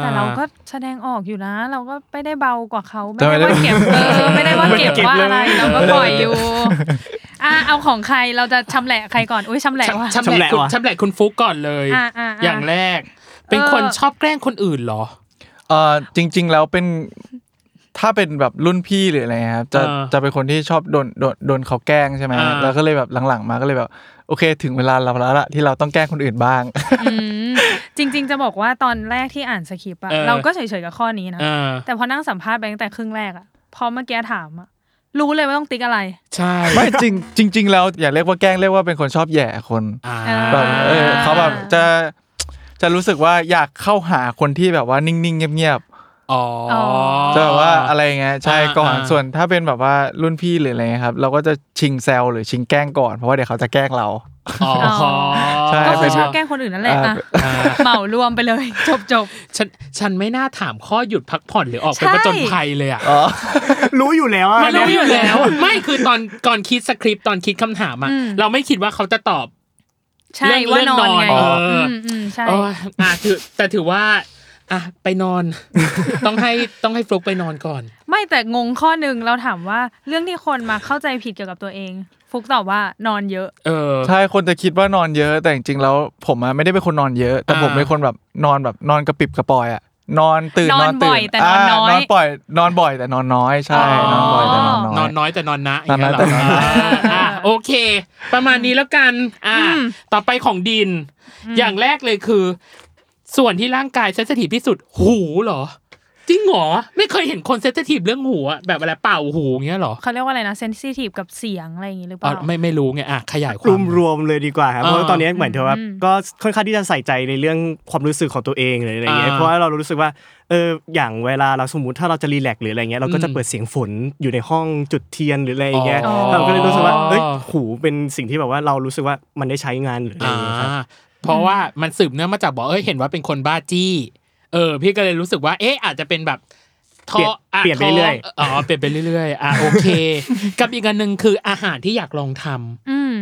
Speaker 2: แต่เราก็แสดงออกอยู่นะ เราก็ไม่ได้เบากว่าเขา
Speaker 4: แต่
Speaker 2: ไม่
Speaker 4: ไม่
Speaker 2: ได้
Speaker 4: ได้
Speaker 2: ว่าเก็บเออไม่ได้ว่าเก็บ
Speaker 5: เก็บ
Speaker 2: ว่า
Speaker 5: เลย
Speaker 2: อะไรเราก็ปล่อยอยู่อ่ะเอาของใครเราจะชำแหละใครก่อนอุ้ยชำแหละว่ะ
Speaker 3: ชำแหละคุณ
Speaker 5: ชำ
Speaker 3: ชำ
Speaker 5: แหละวะ
Speaker 3: แหละคุณฟุกก่อนเลย
Speaker 2: อ่าอ่าอ่า
Speaker 3: อย่างแรก เป็นคนชอบแกล้งคนอื่นเหรอ
Speaker 4: เออจริง ๆ แล้วเป็นถ้าเป็นแบบรุ่นพี่หรืออะไรเงี้ยครับจะ
Speaker 3: เออ
Speaker 4: จะเป็นคนที่ชอบโดนโดนโดนเขาแกล้งใช่ไหม
Speaker 3: อ่า
Speaker 4: แล้วก็เลยแบบหลังๆ มาก็เลยแบบโอเค ถึงเวลาเราแล้วล่ะที่เราต้องแกล้งคนอื่นบ้าง
Speaker 2: อืมจริง ๆ จะบอกว่าตอนแรกที่อ่านสคริปต์อะ
Speaker 3: เออ
Speaker 2: เราก็เฉยๆกับข้อนี้นะ
Speaker 3: เออ
Speaker 2: แต่พอนั่งสัมภาษณ์ไปตั้งแต่ครึ่งแรกอะพอเมื่อกี้ถามอะรู้เลยว่าต้องติ๊กอะไร
Speaker 3: ใช่
Speaker 4: ไม่จริงจริง ๆ แล้วอย่าเรียกว่าแกล้งเรียกว่าเป็นคนชอบแหย่คน
Speaker 3: อ่า
Speaker 4: แบบเออ
Speaker 2: อ่า
Speaker 4: เขาแบบจะจะรู้สึกว่าอยากเข้าหาคนที่แบบว่านิ่งๆเงียบ
Speaker 3: อ๋อ
Speaker 4: ๆจะแบบว่าอะไรเงี้ยใช่
Speaker 3: อ่า
Speaker 4: ก่อน
Speaker 3: อ่า
Speaker 4: ส่วนถ้าเป็นแบบว่ารุ่นพี่หรืออะไรเงี้ยครับ เราก็จะชิงแซวหรือชิงแกล้งก่อนเพราะว่าเดี๋ยวเขาจะแกล้งเรา
Speaker 3: อ๋อ
Speaker 4: ใช่
Speaker 2: ก็คื
Speaker 4: เป็
Speaker 2: อน ชอบแกล้งคนอื่นนั่นแหละอะ
Speaker 3: อ่า
Speaker 2: เหมารวมไปเลย จบจบ
Speaker 3: ฉันฉันไม่น่าถามข้อหยุดพักผ่อนหรือออกไป
Speaker 2: ใช่
Speaker 3: ประจนภัยเลยอ่ะ
Speaker 4: อ๋อ
Speaker 5: รู้อยู่แล้วอะ
Speaker 3: มันรู้อยู่แล้ว ไม่คือตอนก่อนคิดสคริปต์ตอนคิดคำถามอ่ะ
Speaker 2: อืม
Speaker 3: เราไม่คิดว่าเขาจะตอบ
Speaker 2: ๆใช่
Speaker 3: เรื่อง
Speaker 2: ว่านอนไง
Speaker 3: เรื่องนอนเอออื
Speaker 2: มอืมใช่
Speaker 3: โอยอ่ะถือแต่ถือว่า อ่ะไปนอน ต้องให้ต้องให้ฟลุกไปนอนก่อน
Speaker 2: ไม่แต่งงข้อหนึ่งเราถามว่าเรื่องที่คนมาเข้าใจผิดเกี่ยวกับตัวเอง ฟุกตอบว่านอนเยอะ
Speaker 3: เออ
Speaker 4: ใช่คนจะคิดว่านอนเยอะแต่จริงๆแล้วผมอะไม่ได้เป็นคนนอนเยอะ แต่
Speaker 3: อ่า
Speaker 4: ผมเป็นคนแบบนอนแบบนอนกระปิบกระปอยอะนอนตื่น
Speaker 2: นอนบ่
Speaker 4: ตื่
Speaker 2: อยแต่นอนา น้อย
Speaker 4: นอนบ่อยนอนบ่อยแต่นอนน้อยใช่นอนบ่อยแต่นอนน้
Speaker 3: นอ
Speaker 4: อย
Speaker 3: นน้อยแต่นอนนะ
Speaker 4: นอนน้อย
Speaker 3: ย่าง
Speaker 4: แต่
Speaker 3: เงี้ยเหร
Speaker 4: นอนน้อย
Speaker 3: อ่าอ่ะโอเค ประมาณนี้แล้วกัน อ่า ต่อไปของดิน อย่างแรกเลยคือ ส่วนที่ร่างกายเซนซิทีฟที่สุด หูเหรอ จริงเหรอ ไม่เคยเห็นคนเซนซิทีฟเรื่องหูอะแบบเวลาเป่าหูอย่างเงี้ยเหรอ
Speaker 2: เขาเรียกว่าอะไรนะเซนซิทีฟกับเสียงอะไรอย่างงี้หรือเป
Speaker 3: อ๋อ
Speaker 2: ล่า
Speaker 3: ไม่ไม่รู้ไงอ่ะขยายค
Speaker 5: ร
Speaker 3: วาว ม
Speaker 5: มรวมเลยดีกว่าครับ
Speaker 3: เออ
Speaker 5: เพราะว่าตอนนี้เหมือนเธอว่า
Speaker 2: อืม
Speaker 5: ก็ค่อนข้างที่จะใส่ใจในเรื่องความรู้สึกของตัวเองหรืออะไรเงี้ย
Speaker 3: อ่า
Speaker 5: เพราะว่าเรารู้สึกว่าเอออย่างเวลาเราสมมติถ้าเราจะรีแลกซ์หรืออะไรเงี้ยเราก็จะ
Speaker 3: อืม
Speaker 5: เปิดเสียงฝนอยู่ในห้องจุดเทียนหรืออะไรเงี้ย
Speaker 3: อ๋อ
Speaker 5: เราก็เลยรู้สึกว่าเอ้ยหูเป็นสิ่งที่แบบว่าเรารู้สึกว่ามันได้ใช้งานหรืออะไร
Speaker 3: อ่า
Speaker 5: เงี้ยครับ
Speaker 3: เพราะว่ามันสืบเนื่องมาจากบอกเอ้ยเห็นว่าเป็นคนบ้าจี้ เออ พี่ก็เลยรู้สึกว่า เอ๊ะอาจจะเป็นแบบท้ออ่ะ
Speaker 5: เปลี่ยนไปเรื่อย
Speaker 3: ท้อ๋อเปลี่ยนไปเรื่อยๆอ่ะโอ เค กับอีกอันหนึ่งคืออาหารที่อยากลองทำ
Speaker 2: อืม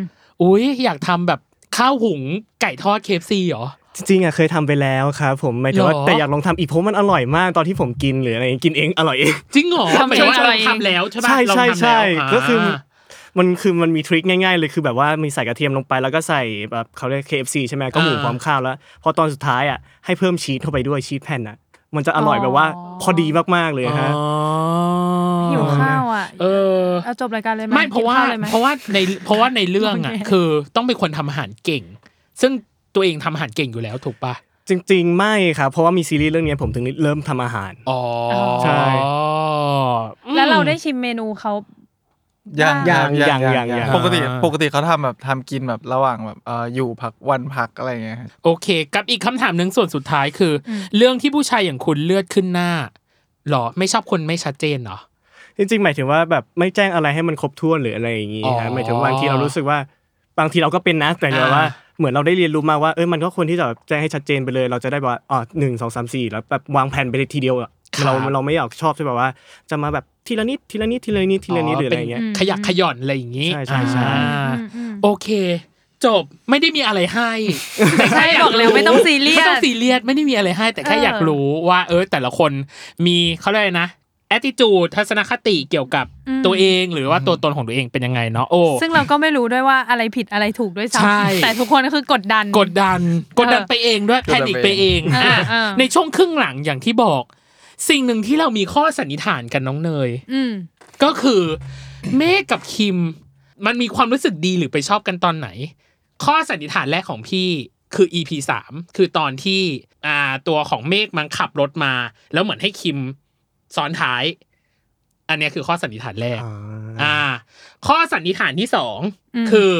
Speaker 3: อุ้ยอยากทำแบบข้าวหุงไก่ทอดเคฟซีเหรอ
Speaker 5: จริงๆอ่ะเคยทำไปแล้วครับผมหมายถึงว่า
Speaker 3: หรอ
Speaker 5: แต่อยากลองทำอีกเพราะมันอร่อยมากตอนที่ผมกินหรืออะไรเงี้ยกินเองอร่อยเอง
Speaker 3: จริงเหรอ
Speaker 2: ทำ
Speaker 3: หมายถึงว่า
Speaker 2: เฉ
Speaker 3: เรา
Speaker 2: ยๆ
Speaker 3: ทำแล้วใช่ปะ
Speaker 5: ใช่
Speaker 3: เรา
Speaker 5: ใช่
Speaker 3: ทำ
Speaker 5: ใช่
Speaker 3: แล้วา
Speaker 5: ก็คือ มันคือมันมีทริคง่ายๆเลยคือแบบว่ามีใส่กระเทียมลงไปแล้วก็ใส่แบบเขาเรียก KFC ใช่ไหมก็หมู
Speaker 3: อ่า
Speaker 5: พร้อมข้าวแล้ว พอตอนสุดท้ายอ่ะให้เพิ่มชีสเข้าไปด้วยชีสแผ่นอ่ะมันจะอร่อยแบบว่าพอดีมากๆเลยฮะ
Speaker 3: อ๋อ
Speaker 2: หิวข้าวอ่ะ
Speaker 3: เออ
Speaker 2: เอาจบรายการเลยไหม
Speaker 3: ไม่เพราะว่า
Speaker 2: กินข้ลยไหม
Speaker 3: เพราะว่าในเพราะว่าในเรื่องอ่ะ
Speaker 2: โอเค
Speaker 3: คือต้องเป็นคนทำอาหารเก่ง ซึ่งตัวเองทำอาหารเก่งอยู่แล้วถูกปะ
Speaker 5: จริงๆ ไม่ครับเพราะว่ามีซีรีส์เรื่องเนี้ยผมถึงเริ่มทำอาหาร
Speaker 3: อ๋อ
Speaker 5: ใช่
Speaker 3: อืม
Speaker 2: แล้วเราได้ชิมเมนูเขา
Speaker 4: ยัง
Speaker 2: ยั
Speaker 4: ยัง งยัง
Speaker 5: ยั
Speaker 4: ยัง ง
Speaker 5: ยัง
Speaker 4: ปกติ
Speaker 3: อ่า
Speaker 4: ปกติเขาทำแบบทำกินแบบระหว่างแบบเอ่ออยู่พักวันพักอะไรเงี้ย
Speaker 3: โอเค กับอีกคำถามหนึ่งส่วนสุดท้ายคือ
Speaker 2: อืม
Speaker 3: เรื่องที่ผู้ชายอย่างคุณเลือดขึ้นหน้าเหรอไม่ชอบคนไม่ชัดเจนเหรอ
Speaker 5: จริงๆ หมายถึงว่าแบบไม่แจ้งอะไรให้มันครบถ้วนหรืออะไรอย่างงี้
Speaker 3: อ๋
Speaker 5: ฮะ
Speaker 3: อ
Speaker 5: หมายถึงบางทีเรารู้สึกว่าบางทีเราก็เป็นนะแต่
Speaker 3: อ่า
Speaker 5: แบบว่าเหมือนเราได้เรียนรู้มาว่าเออมันก็ควรที่จะแบบแจ้งให้ชัดเจนไปเลย เราจะได้แบบว่าอ๋อหนึ่งสองสามสี่แล้วแบบวางแผนไปเลยทีเดียวอะเราเราไม่อยากชอบใช่แบบว่า จะมาแบบทีละนิดทีละนิดทีละนิดทีละนิดหรืออะไรอย่างเงี้ย
Speaker 2: เป็น
Speaker 3: ขยักขย่อนอะไรอย่างนี้
Speaker 5: ใช่ใช่
Speaker 3: อ
Speaker 5: ใช่
Speaker 3: ่า
Speaker 2: อืมอืม
Speaker 3: โอเค จบไม่ได้มีอะไร ให้
Speaker 2: ใช่บอกเลยไม่ต้องซีเรียส
Speaker 3: ไม่ต้องซีเรียสไม่ได้มีอะไรให้ แต่แค่
Speaker 2: เออ
Speaker 3: อ
Speaker 2: อ
Speaker 3: ยากรู้ว่า เออ แต่ละคนมีเขาเรียกอะไรนะ attitude ทัศนคติเกี่ยวกับตัวเองหรือว่าตัวตนของตัวเองเป็นยังไงเนาะโอ้
Speaker 2: ซึ่งเราก็ไม่รู้ด้วยว่าอะไรผิดอะไรถูกด้วยซ้
Speaker 3: ใช่
Speaker 2: ำแต่ทุกคนก็คือกดดัน
Speaker 3: กดดันกดดันไปเองด้วยแพนิคไปเอง
Speaker 2: เออ
Speaker 3: อ่ะ
Speaker 2: เออ
Speaker 3: ในช่วงครึ่งหลังอย่างที่บอก สิ่งหนึ่งที่เรามีข้อสันนิษฐานกันน้องเนย
Speaker 2: อืม
Speaker 3: ก็คือเมฆกับคิม มันมีความรู้สึกดีหรือไปชอบกันตอนไหน ข้อสันนิษฐานแรกของพี่คือ EP สามคือตอนที่อ่าตัวของเมฆมันขับรถมา แล้วเหมือนให้คิมซ้อนท้าย อันเนี้ยคือข้อสันนิษฐานแรก อ่า ข้อสันนิษฐานที่สอง
Speaker 2: อืม
Speaker 3: คือ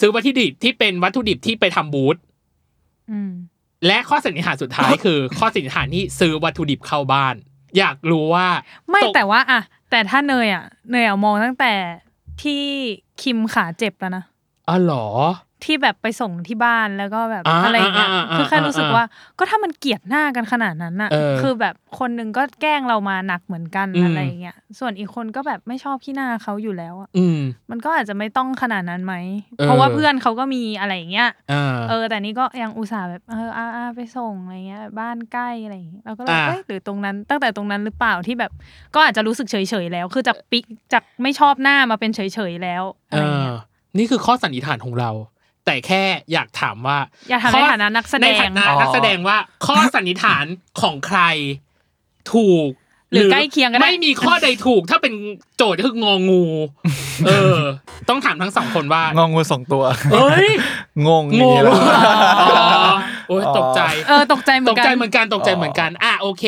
Speaker 3: ซื้อวัตถุดิบที่เป็นวัตถุดิบที่ไปทำบูธ
Speaker 2: อืม
Speaker 3: และข้อสันนิษฐานสุด ท้าย คือ ข้อสันนิษฐานที่ซื้อวัตถุดิบเข้าบ้าน อยากรู้ว่า
Speaker 2: ไม่
Speaker 3: ตก
Speaker 2: แต่ว่าอะแต่ถ้าเนยอะเนยอะมองตั้งแต่ที่คิมขาเจ็บแล้วนะ
Speaker 3: อ๋อเหรอ
Speaker 2: ที่แบบไปส่งที่บ้านแล้วก็แบบ
Speaker 3: อ่า
Speaker 2: อะไรอย่างเงี้ย
Speaker 3: อ่าอ่า
Speaker 2: คือแค่รู้สึก
Speaker 3: อ่า
Speaker 2: ว่า ก็ถ้ามันเกลียดหน้ากันขนาดนั้นน่ะ
Speaker 3: เออ
Speaker 2: คือแบบคนหนึ่งก็แกล้งเรามาหนักเหมือนกัน
Speaker 3: อืม
Speaker 2: อะไรอย่างเงี้ยส่วนอีกคนก็แบบไม่ชอบขี้หน้าเขาอยู่แล้วอะ
Speaker 3: อืม
Speaker 2: มันก็อาจจะไม่ต้องขนาดนั้นไหม
Speaker 3: เออ
Speaker 2: เพราะว่าเพื่อนเขาก็มีอะไรอย่างเงี้ย
Speaker 3: อ่า
Speaker 2: เออแต่นี่ก็ยังอุตส่าห์แบบเอออาอาไปส่งอะไรเงี้ยบ้านใกล้อะไรอย่างเงี้ยเราก็เลย
Speaker 3: อ่า
Speaker 2: เอ้ยหรือตรงนั้นตั้งแต่ตรงนั้นหรือเปล่าที่แบบ ก็อาจจะรู้สึกเฉยๆแล้ว คือจากปิกจากไม่ชอบหน้ามาเป็นเฉยๆแล้วอะไรเงี้ย
Speaker 3: เออนี่คือข้อสันนิษฐานของเรา แต่แค่อยากถามว่า
Speaker 2: อย่าทำในฐานะนักแสด
Speaker 3: ใน
Speaker 2: ง
Speaker 3: ฐานะนักแสดงว่า ข้อสันนิษฐานของใคร ถูก
Speaker 2: หรือใกล้เคียงก็ได้
Speaker 3: ไม่มีข้อใดถูก ถ้าเป็นโจทย์ก็คืององู เออ ต้องถามทั้งสองคนว่าง
Speaker 4: องงูสองตัว
Speaker 3: เอ้ย
Speaker 4: งง
Speaker 3: ง
Speaker 4: นี่
Speaker 3: ง
Speaker 4: แหละ
Speaker 3: อ๋อโอ้ยตกใจ
Speaker 2: เออตกใจเหมื
Speaker 3: ต
Speaker 2: อน
Speaker 3: ก
Speaker 2: กั
Speaker 3: ใจ
Speaker 2: น
Speaker 3: เหมือนกันตกใจเหมือนกัน อ่ะโอเค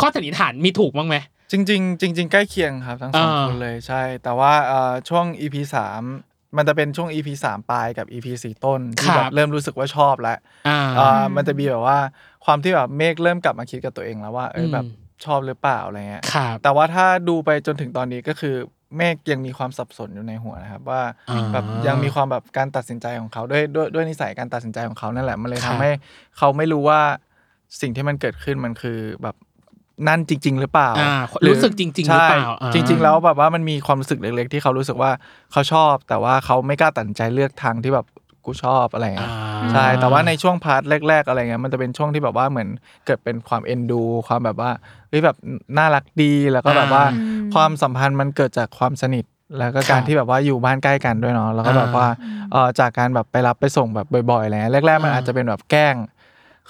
Speaker 3: ข้อสันนิษฐานมีถูกบ้างไหม
Speaker 4: จริงๆจริง ๆ ใกล้เคียงครับทั้งสอง
Speaker 3: อ่า
Speaker 4: คนเลยใช่ แต่ว่าเอ่อช่วง EP 3มันจะเป็นช่วง EP 3ปลายกับ EP 4ต้นที่แบบเริ่มรู้สึกว่าชอบแล้ว
Speaker 3: อ่า
Speaker 4: เอ่อมันจะมีแบบว่าความที่แบบเมฆเริ่มกลับมาคิดกับตัวเองแล้วว่าเอออ
Speaker 3: ม
Speaker 4: แบบชอบหรือเปล่าอะไรเงี้ย
Speaker 3: ครับ
Speaker 4: แต่ว่าถ้าดูไปจนถึงตอนนี้ก็คือเมฆยังมีความสับสนอยู่ในหัวนะครับว่า
Speaker 3: อ่า
Speaker 4: แบบยังมีความแบบการตัดสินใจของเขาด้วยด้วยด้วยนิสัยการตัดสินใจของเขานั่นแหละมันเลย
Speaker 3: ครั
Speaker 4: ทำ
Speaker 3: บ
Speaker 4: ให้เขาไม่รู้ว่าสิ่งที่มันเกิดขึ้นมันคือแบบนั่นจริง ๆ หรือเปล่า
Speaker 3: อ่า
Speaker 4: ห
Speaker 3: รู้สึกจริง ๆ หรือเปล่า
Speaker 4: ใช่
Speaker 3: อ่า
Speaker 4: จริง ๆ แล้วแบบว่ามันมีความรู้สึกเล็กๆที่เขารู้สึกว่าเขาชอบ แต่ว่าเขาไม่กล้าตัดสินใจเลือกทางที่แบบกูชอบอะไรอย่างเงี้ย ใช่ แต่ว่าในช่วงพาร์ทแรก ๆ อะไรเงี้ย มันจะเป็นช่วงที่แบบว่าเหมือนเกิดเป็นความเอ็นดู ความแบบว่าเฮ้ยแบบน่ารักดี แล้วก็แบบว่า
Speaker 2: อืม
Speaker 4: ความสัมพันธ์มันเกิดจากความสนิท แล้วก็กา
Speaker 3: ค
Speaker 4: ร
Speaker 3: รับ
Speaker 4: ที่แบบว่าอยู่บ้านใกล้กันด้วยเนาะ แล้วก็แบบว่าเออจากการแบบไปรับไปส่งแบบบ่อยๆอะไรเงี้ยแรก ๆ มัน
Speaker 3: อ่า
Speaker 4: อาจจะเป็นแบบแกล้ง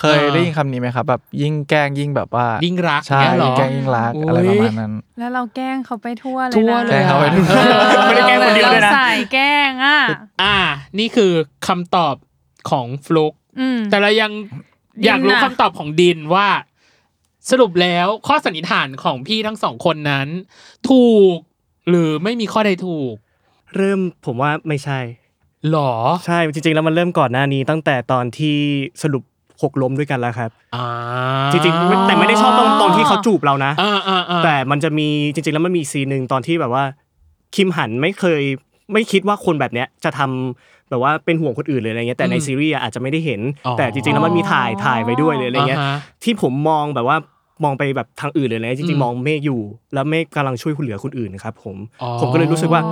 Speaker 4: เคย
Speaker 3: อ่า
Speaker 4: ได้ยินคำนี้ไหมครับ แบบยิ่งแกล้งยิ่งแบบว่า
Speaker 3: ยิ่งรัก
Speaker 4: ใช่
Speaker 3: เนี่ยเหร
Speaker 4: ยิ่
Speaker 3: อ
Speaker 4: งแกล้งยิ่งรักอะไร
Speaker 3: โอ้
Speaker 4: ป
Speaker 3: ย
Speaker 4: ระมาณนั้น
Speaker 2: แล้วเราแกล้งเขาไปทั่วเลยนะ
Speaker 3: ทั่วเลย
Speaker 4: แกล้งเขาไปทั่ว
Speaker 3: เออไม่ได้แกล้งคนเดียวด้วยนะ
Speaker 2: ราสายแกล้งอ่ะ
Speaker 3: อ่า นี่คือคำตอบของฟลุก
Speaker 2: อืม
Speaker 3: แต่เรายัง
Speaker 2: ดินน่ะ
Speaker 3: อยากรู้คำตอบของดินว่า สรุปแล้วข้อสันนิษฐานของพี่ทั้งสองคนนั้น ถูก หรือไม่มีข้อใดถูก
Speaker 5: เริ่มผมว่าไม่ใช่
Speaker 3: หรอ
Speaker 5: ใช่จริงๆแล้วมันเริ่มก่อนหน้านี้ตั้งแต่ตอนที่สรุปหกล้มด้วยกันแล้วครับ
Speaker 3: อ่า
Speaker 5: จริงๆไม่แต่ไม่ได้ชอบตอนตอนที่เขาจูบเรานะ
Speaker 3: อ่าอ่าอ่า
Speaker 5: แต่มันจะมีจริงๆแล้วมันมีอีกซีนหนึ่งตอนที่แบบว่าคิมหันไม่เคยไม่คิดว่าคนแบบเนี้ยจะทำแบบว่าเป็นห่วงคนอื่นเลยอะไรเงี้ยแต่ในซีรีส์อะอาจจะไม่ได้เห็น แต่จริงๆแล้วมันมีถ่ายถ่ายไว้ด้วยเลยอะไรเงี้ย
Speaker 3: าฮะ
Speaker 5: ที่ผมมองแบบว่ามองไปแบบทางอื่นเลยนะจริ
Speaker 3: อื
Speaker 5: ง
Speaker 3: ม
Speaker 5: ๆ มองเมฆอยู่ แล้วเมฆกำลังช่วยคุณเหลือคนอื่นนะครับผม
Speaker 3: อ๋อ
Speaker 5: ผมก็เลยรู้สึกว่า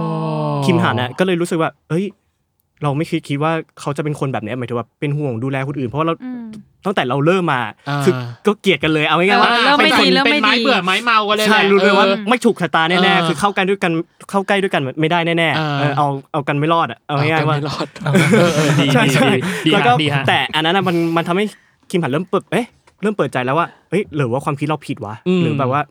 Speaker 5: คิมหานน่ะก็เลยรู้สึกว่า เอ้ย เราไม่คิดคิดว่าเขาจะเป็นคนแบบเนี้ยหมายถึงว่าเป็นห่วงดูแลคนอื่น เพราะว่าเรา
Speaker 2: อืม
Speaker 5: ตั้งแต่เราเริ่มมา
Speaker 3: อ่า
Speaker 5: คือก็เกลียดกันเลยเอาง่ายๆว่า
Speaker 3: อ่า
Speaker 2: เริ่มไม่
Speaker 3: ป็น
Speaker 2: ดี
Speaker 3: คน
Speaker 2: เริ่มไม่
Speaker 3: เป็นไม้
Speaker 2: ดี
Speaker 3: เบื่อไม้เมากันเลยแหละ
Speaker 5: ใช่รู้เลยว่า
Speaker 3: ออ
Speaker 5: ไม่ถูกชะตา
Speaker 3: เอ
Speaker 5: แน่
Speaker 3: อ
Speaker 5: ๆคือเข้ากันด้วยกันเข้าใกล้ด้วยกันไม่ได้แน่
Speaker 3: อ่า
Speaker 5: ๆเออเอาเอากันไม่รอดอะเอาง่ายๆว่า
Speaker 3: เอไปไม่รอดเออเออดี
Speaker 5: ใช่
Speaker 3: ดี
Speaker 5: ใช่
Speaker 3: ดีดี
Speaker 5: แล้วก็
Speaker 3: ฮะดีฮะ
Speaker 5: แต่อันนั้นน่ะมันมันทำให้คิมหันเริ่มเปิดเอ๊ะเริ่มเปิดใจแล้วว่าเฮ้ยหรือว่าความคิดเราผิดวะหรือแบบว่า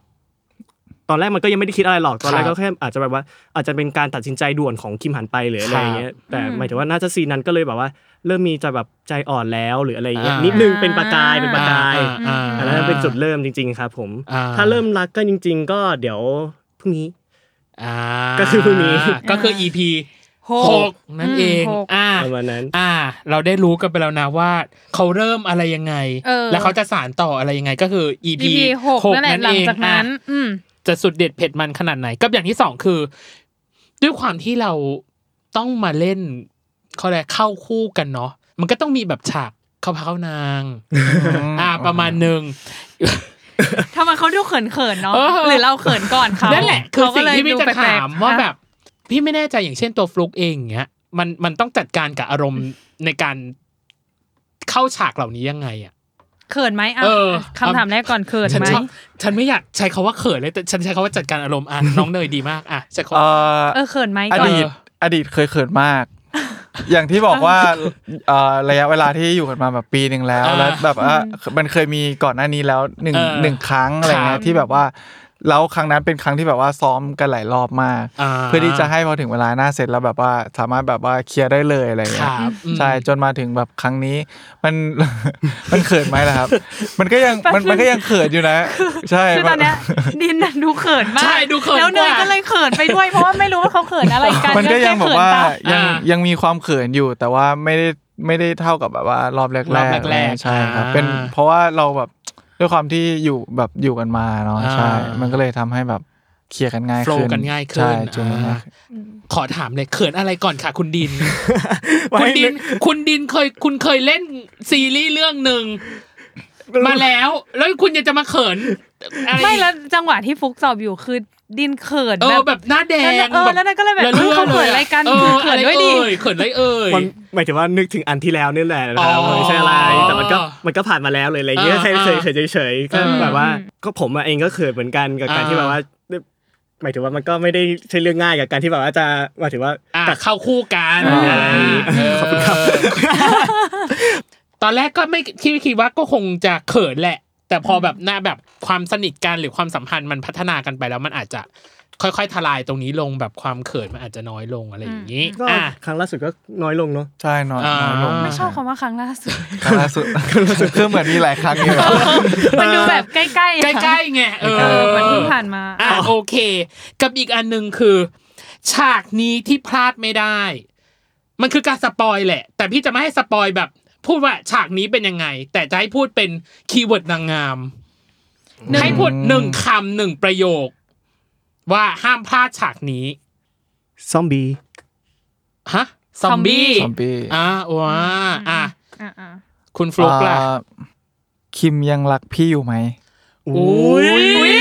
Speaker 5: ตอนแรกมันก็ยังไม่ได้คิดอะไรหรอกตอนแรกก็แค่อาจจะแบบว่าอาจจะเป็นการตัดสินใจด่วนของคิมหันไปหรืออะไรอย่างเงี้ยแต่หมายถึงว่าน่าจะซีนนั้นก็เลยแบบว่า เริ่มมีจะแบบใจอ่อนแล้วหรืออะไรอย่างเงี้ยนิดนึงเป็นประกายเป็นประกาย
Speaker 3: อ่าา
Speaker 5: อันนั้นเป็นจุดเริ่มจริง ๆ ครับผม
Speaker 3: อ่
Speaker 5: ถ้าเริ่มรักก็จริง ๆ ก็เดี๋ยวพรุ่งนี้
Speaker 3: อ่า
Speaker 5: ก็คือพรุ่งนี้
Speaker 3: ก็คือ EP
Speaker 2: ห
Speaker 3: ห
Speaker 2: ก
Speaker 3: กนั่นเอง
Speaker 2: อืมหก
Speaker 3: อ่า
Speaker 5: ประมาณนั้น
Speaker 3: อ่า เราได้รู้กันไปแล้วนะว่าเขาเริ่มอะไรยังไง
Speaker 2: เออ
Speaker 3: แล้วเขาจะสารต่ออะไรยังไงก็คือ EP
Speaker 2: EP หกนั่นแหละหลังจากนั้น
Speaker 3: อ่ะ
Speaker 2: อืม
Speaker 3: จะสุดเด็ดเผ็ดมันขนาดไหนกับอย่างที่สองคือ ด้วยความที่เราต้องมาเล่นเขาเรียกเข้าคู่กันเนาะมันก็ต้องมีแบบฉากเข้าพระเข้านาง อ่า ประมาณหนึ่ง
Speaker 2: ทำไมเขาดูเขินเขินๆเนาะ
Speaker 3: เออ
Speaker 2: หรือเราเขินก่อนเขา
Speaker 3: นั่นแหละคือ
Speaker 2: เขาก็
Speaker 3: สิ่ง
Speaker 2: เลย
Speaker 3: ที่พี่จะ
Speaker 2: ดูแปล
Speaker 3: ถาก
Speaker 2: ๆ
Speaker 3: มว่า
Speaker 2: อ่ะ
Speaker 3: แบบ พี่ไม่แน่ใจอย่างเช่นตัวฟลุกเองอย่างเงี้ยมันมันต้องจัดการกับอารมณ์ในการเข้าฉากเหล่านี้ยังไงอ่ะ
Speaker 2: เขินไหมอ่ะ
Speaker 3: เออ
Speaker 2: คำถามแรกก่อนเขิน
Speaker 3: ฉัน
Speaker 2: ไหม
Speaker 3: ชอบฉันไม่อยากใช้คาว่าเขินเลยแต่ฉันใช้คาว่าจัดการอารมณ์อ่ะ น้องเนยดีมากอ่ะใช้คำ
Speaker 4: เอ่
Speaker 3: ว่า
Speaker 4: อ
Speaker 2: เออเขินไหม
Speaker 4: อ
Speaker 2: ก่อน
Speaker 4: ดีตอดีตเคยเขินมาก อย่างที่บอกว่าเอ่อระยะเวลาที่อยู่กันมาแบบปีหนึ่งแล้ว
Speaker 3: อ่า
Speaker 4: แล้วแบบว่ามันเคยมีก่อนหน้านี้แล้วหนึ่ง
Speaker 3: เออ
Speaker 4: หนึ่งครั้งอะไร
Speaker 3: ครั
Speaker 4: เงี้
Speaker 3: บ
Speaker 4: ยที่แบบว่าแล้วครั้งนั้นเป็นครั้งที่แบบว่าซ้อมกันหลายรอบมาก
Speaker 3: า
Speaker 4: เพื่อที่จะให้พอถึงเวลาหน้าเสร็จแล้วแบบว่าสามารถแบบว่าเคลียร์ได้เลยอะไร
Speaker 3: ค
Speaker 4: เงี้ย
Speaker 3: รับอืม
Speaker 4: ใช่จนมาถึงแบบครั้งนี้ มัน มันเขินไหมล่ะครับ มันก็ยังมันมันก็ยังเขินอยู่นะ ใช่
Speaker 2: คือตอนเนี้ยดินน่ะดูเขินมา
Speaker 3: ใช่
Speaker 2: ก
Speaker 3: ดูเขิน
Speaker 2: แล้วเนย
Speaker 3: กว่า
Speaker 2: ก็เลยเขินไปด้วยเพราะว่าไม่รู้ว่าเขาเขินอะไรกัน
Speaker 4: มันก็ยังแบบว่า
Speaker 2: เขินตม
Speaker 4: ยัง
Speaker 3: อ่ายั
Speaker 4: ยังมีความเขินอยู่แต่ว่าไม่ได้ไม่ได้เท่ากับแบบว่ารอบแรก
Speaker 3: รอบแรกๆ
Speaker 4: อะไรเงี้ยใช่ครับ
Speaker 3: อ่า
Speaker 4: เป็นเพราะว่าเราแบบด้วยความที่อยู่แบบอยู่กันมาเนาะ
Speaker 3: อ่า
Speaker 4: ใช่ มันก็เลยทำให้แบบเคลียร์กันง่าย
Speaker 3: โฟล
Speaker 4: ขึ้น
Speaker 3: ว์กันง่ายขึ้
Speaker 4: ใช่
Speaker 3: น
Speaker 4: จนง่ายขึ้น
Speaker 3: ขอถามเลยเขินอะไรก่อนค่ะ คุณ ดิน คุณดิน คุณดินเคยคุณเคยเล่นซีรีส์เรื่องหนึ่งมาแล้ว แล้วคุณยังจะมาเขินอะร
Speaker 2: ไม่แล้วจังหวะที่ฟุกสอบอยู่คือดินเขิน
Speaker 3: เออ
Speaker 2: แบ
Speaker 3: แบบ บหน้าแดง
Speaker 2: เออแล้วนั่นก็เลยแบบ
Speaker 3: ะอ
Speaker 2: เฮ้ยเขาเขินอะไรกัน
Speaker 3: ออ
Speaker 2: เขินด้วยดิ
Speaker 3: อะไรเอ่เขินอะไรเอ่ย
Speaker 5: มันหมายถึงว่านึกถึงอันที่แล้วนี่แหละนะครับ
Speaker 3: อ๋อ
Speaker 5: ไม่ใช่อะไรแต่มันก็มันก็ผ่านมาแล้วเลยอะไรเงี้ย
Speaker 3: อ่า
Speaker 5: ใช่เฉยเฉยเฉยๆก็
Speaker 3: อืม
Speaker 5: แบบว่าก็ผมอะเองก็เขินเหมือนกันกับการ
Speaker 3: อ่า
Speaker 5: ที่แบบว่าหมายถึงว่ามันก็ไม่ได้ใช่เรื่องง่ายกับการที่แบบว่าจะหมายถึงว่า
Speaker 3: อ่ะ
Speaker 5: ตัด
Speaker 3: เข้าคู่กัน
Speaker 4: อ่า
Speaker 3: อ่า
Speaker 5: ขอบคุณครับ
Speaker 3: เออตอนแรกก็ไม่คิดคิดว่าก็คงจะเขินแหละ แต่พอแบบหน้าแบบความสนิทกันหรือความสัมพันธ์มันพัฒนากันไปแล้วมันอาจจะค่อยๆ ทลายตรงนี้ลงแบบความเขินมันอาจจะน้อยลงอะไรอย่างนี้
Speaker 5: ก็
Speaker 3: อ่ะ
Speaker 5: ครั้งล่าสุดก็น้อยลงเนาะ
Speaker 4: ใช่นอนนอนลง
Speaker 3: อ่า
Speaker 2: ไม่ชอบคำว่าครั้งล่าสุด
Speaker 4: ครั้งล่า สุดคือเหมือนมีหลายครั้งอยู่
Speaker 2: มันดูแบบใกล้ๆ
Speaker 3: ใกล้ๆไงเอ
Speaker 2: เออ
Speaker 3: อ
Speaker 2: เหมือนที่ผ่านมา
Speaker 3: อ่ะโอเค กับอีกอันหนึ่งคือ ฉากนี้ที่พลาดไม่ได้ มันคือการสปอยแหละ แต่พี่จะไม่ให้สปอยแบบ พูดว่าฉากนี้เป็นยังไง แต่จะให้พูดเป็นคีย์เวิร์ดนางงาม
Speaker 2: หนึ่ง
Speaker 3: ให้พูดหนึ่งคำหนึ่งประโยค ว่าห้ามพลาดฉากนี้
Speaker 5: ซอมบี้
Speaker 3: ฮะซอมบี้
Speaker 4: ซอมบี้
Speaker 3: อ่ะว้าอ่ะ
Speaker 2: อ่ะ
Speaker 3: คุณฟลุกล่ะ
Speaker 4: อ่าคิมยังรักพี่อยู่ไหม
Speaker 5: อุ้ย
Speaker 3: อุ๊ย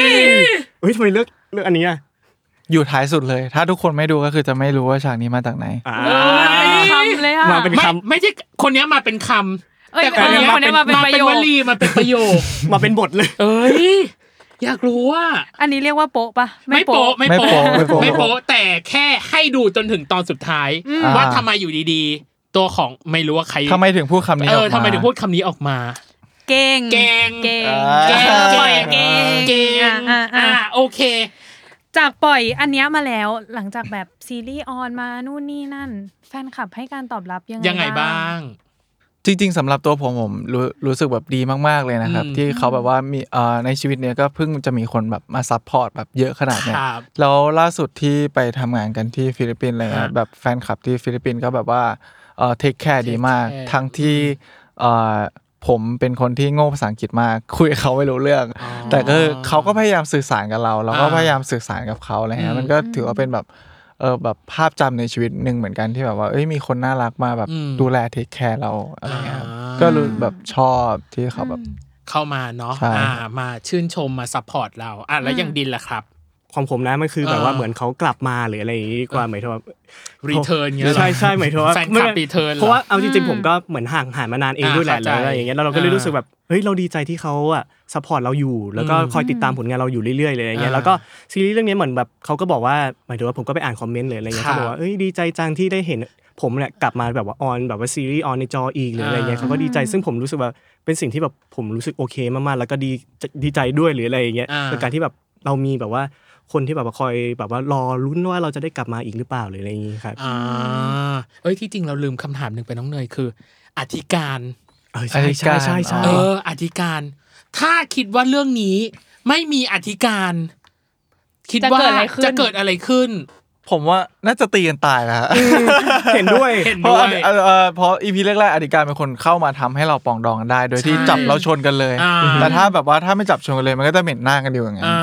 Speaker 5: อุ้ยทำไมเลือกเลือกอันนี้อ่ะ
Speaker 4: อยู่ท้ายสุดเลย ถ้าทุกคนไม่ดูก็คือจะไม่รู้ว่าฉากนี้มาจากไหน
Speaker 5: อ่า
Speaker 2: ๆเออเป็นคำเลยอ่ะ
Speaker 5: มาเป็น
Speaker 3: ไม่
Speaker 5: คำ
Speaker 3: ไม่ใช่คนเนี้ยมาเป็นคำ
Speaker 2: เอ้ย
Speaker 3: แต่
Speaker 2: เออคนนี้มาเป็น
Speaker 3: มา
Speaker 2: ประ
Speaker 3: เป็น
Speaker 2: โยว ค
Speaker 3: ลีมาเป็นประโยค
Speaker 5: มาเป็นบทเลย
Speaker 3: เอ้ย อยากรู้ว่า
Speaker 2: อันนี้เรียกว่าโป๊ะปะ
Speaker 3: ไม่โปะไม่โปะ
Speaker 4: ไม่โป๊ะ
Speaker 3: ไม่โปะแต่แค่ให้ดูจนถึงตอนสุดท้าย
Speaker 4: อ่า
Speaker 3: ว่าทำไมอยู่ดีๆ ตัวของไม่รู้ว่าใคร
Speaker 4: ทำไมถึงพูดคำนี้อ
Speaker 3: เอ
Speaker 4: อก
Speaker 3: อ
Speaker 4: มา
Speaker 3: ทำไมถึงพูดคำนี้ออกมา
Speaker 2: เก่ง
Speaker 3: เก่ง
Speaker 2: เก่ง
Speaker 4: เก่ง
Speaker 2: ปล่อยเก่ง
Speaker 3: เก่ง
Speaker 2: อ่ะอ่ะ
Speaker 3: อ่า
Speaker 2: อ่ะ
Speaker 3: โอเค
Speaker 2: จากปล่อยอันเนี้ยมาแล้วหลังจากแบบซีรีส์ออนมานู่นนี่นั่น แฟนคลับให้การตอบรับยังไง
Speaker 3: ยังไงบ้าง
Speaker 4: จริง ๆสำหรับตัวผมผมรู้รู้สึกแบบดีมากๆเลยนะครับ
Speaker 3: อืม
Speaker 4: ที่เขาแบบว่ามีเอ่อในชีวิตเนี้ยก็เพิ่งจะมีคนแบบมาซัพพอร์ตแบบเยอะขนาด
Speaker 3: ค
Speaker 4: เนี้ย
Speaker 3: รับ
Speaker 4: แล้วล่าสุดที่ไปทำงานกันที่ฟิลิปปินส์อะไรเงี้ย
Speaker 3: ฮะ
Speaker 4: แบบแฟนคลับที่ฟิลิปปินส์ก็แบบว่าเออเทคแคร์
Speaker 3: Take
Speaker 4: ดีมาก
Speaker 3: care
Speaker 4: ทั้งที่เออผมเป็นคนที่โง่ภาษาอังกฤษมาก คุยกับเขาไม่รู้เรื่อง
Speaker 3: อ๋อ
Speaker 4: แต่ก็เขาก็พยายามสื่อสารกับเรา เราก็
Speaker 3: อ่า
Speaker 4: พยายามสื่อสารกับเขาอะไรเงี้
Speaker 3: อื
Speaker 4: ย
Speaker 3: ม
Speaker 4: มันก็ถือว่าเป็นแบบเออแบบภาพจำในชีวิตหนึ่งเหมือนกันที่แบบว่าเอ้ยมีคนน่ารักมาแบบ
Speaker 3: อืม
Speaker 4: ดูแลเทคแคร์เราอะไรเงี้ยครับ
Speaker 3: อ่า
Speaker 4: ก็รู้แบบชอบที่เขาแบบ
Speaker 3: เข้ามาเนาะ
Speaker 4: ใช่
Speaker 3: อ่า มาชื่นชมมาซัพพอร์ตเราอ่ะแล้วยังดินล่ะครับ
Speaker 5: ความผมนะมันคือแบบ
Speaker 3: อ่า
Speaker 5: ว่าเหมือนเขากลับมาหรืออะไรอย่างงี้ดีกว่าหมายถึงว่า
Speaker 3: รีเทิร์นเงี้ยเหรอ
Speaker 5: ใช่ใช่หมายถึงว่า
Speaker 3: แฟนคลับรีเทิร์น
Speaker 5: เพราะว่าเอาจริงๆผมก็เหมือนห่างหายมานานเอง
Speaker 3: อ่า
Speaker 5: ด้วยแหละ
Speaker 3: เข้าใจ
Speaker 5: แล้วอะไรอย่างเงี้ยแล้วเราก็เลย
Speaker 3: อ่า
Speaker 5: รู้สึกแบบเฮ้ยเราดีใจที่เขาอะซัพพอร์ตเราอยู่ แล้วก็
Speaker 3: อืม
Speaker 5: คอยติดตามผลงานเราอยู่เรื่อยๆเลยอย่างเงี้ย
Speaker 3: อ่า
Speaker 5: แล้วก็ซีรีส์เรื่องนี้เหมือนแบบเขาก็บอกว่าหมายถึงว่าผมก็ไปอ่านคอมเมนต์เลยอะไรเงี้ย
Speaker 3: ครับ
Speaker 5: เขาบอกว่าเอ้ยดีใจจังที่ได้เห็นผมเนี่ยกลับมาแบบว่าออนแบบว่าซีรีส์ออนในจออีกหรืออะไรเงี้ย
Speaker 3: อ่า
Speaker 5: เขาก็ดีใจซึ่งผมรู้สึกว่าเป็นสิ่งที่แบบผมรู้สึกโอเคมากๆแล้วก็ดีดีใจด้วยหรืออะไรอย่างเงี้ย
Speaker 3: อ่า
Speaker 5: กับการที่แบบเรามีแบบว่าคนที่แบบว่าคอยแบบว่ารอลุ้นว่าเราจะได้กลับมาอีกหรือเปล่าหรืออะไรอย่างนี้ครับ
Speaker 3: อ่าเอ้ยที่จริงเราลืมคำถามหนึ่งไปน้องเนยคือ อธิการ
Speaker 5: เออใช่ใช่ใช่ใช่
Speaker 3: เอออธิการ ถ้าคิดว่าเรื่องนี้ไม่มีอธิการ คิดว่า
Speaker 2: จะเกิดอะไรขึ้น
Speaker 3: จะเกิดอะไรขึ้น
Speaker 4: ผมว่าน่าจะตีกันตายนะฮะ
Speaker 5: เห็นด้วย
Speaker 3: เห็น
Speaker 4: เพราะ
Speaker 3: ด้วย
Speaker 4: เอ่อเอ่อเพราะอีพีแรกๆอธิการเป็นคนเข้ามาทำให้เราปองดองกันได้ โดยที่
Speaker 3: ใช่
Speaker 4: จับเราชนกันเลย
Speaker 3: อ่า
Speaker 4: แต่ถ้าแบบว่าถ้าไม่จับชนกันเลยมันก็จะเหม็นหน้ากันอยู่อย่างเงี้ย
Speaker 3: อ่า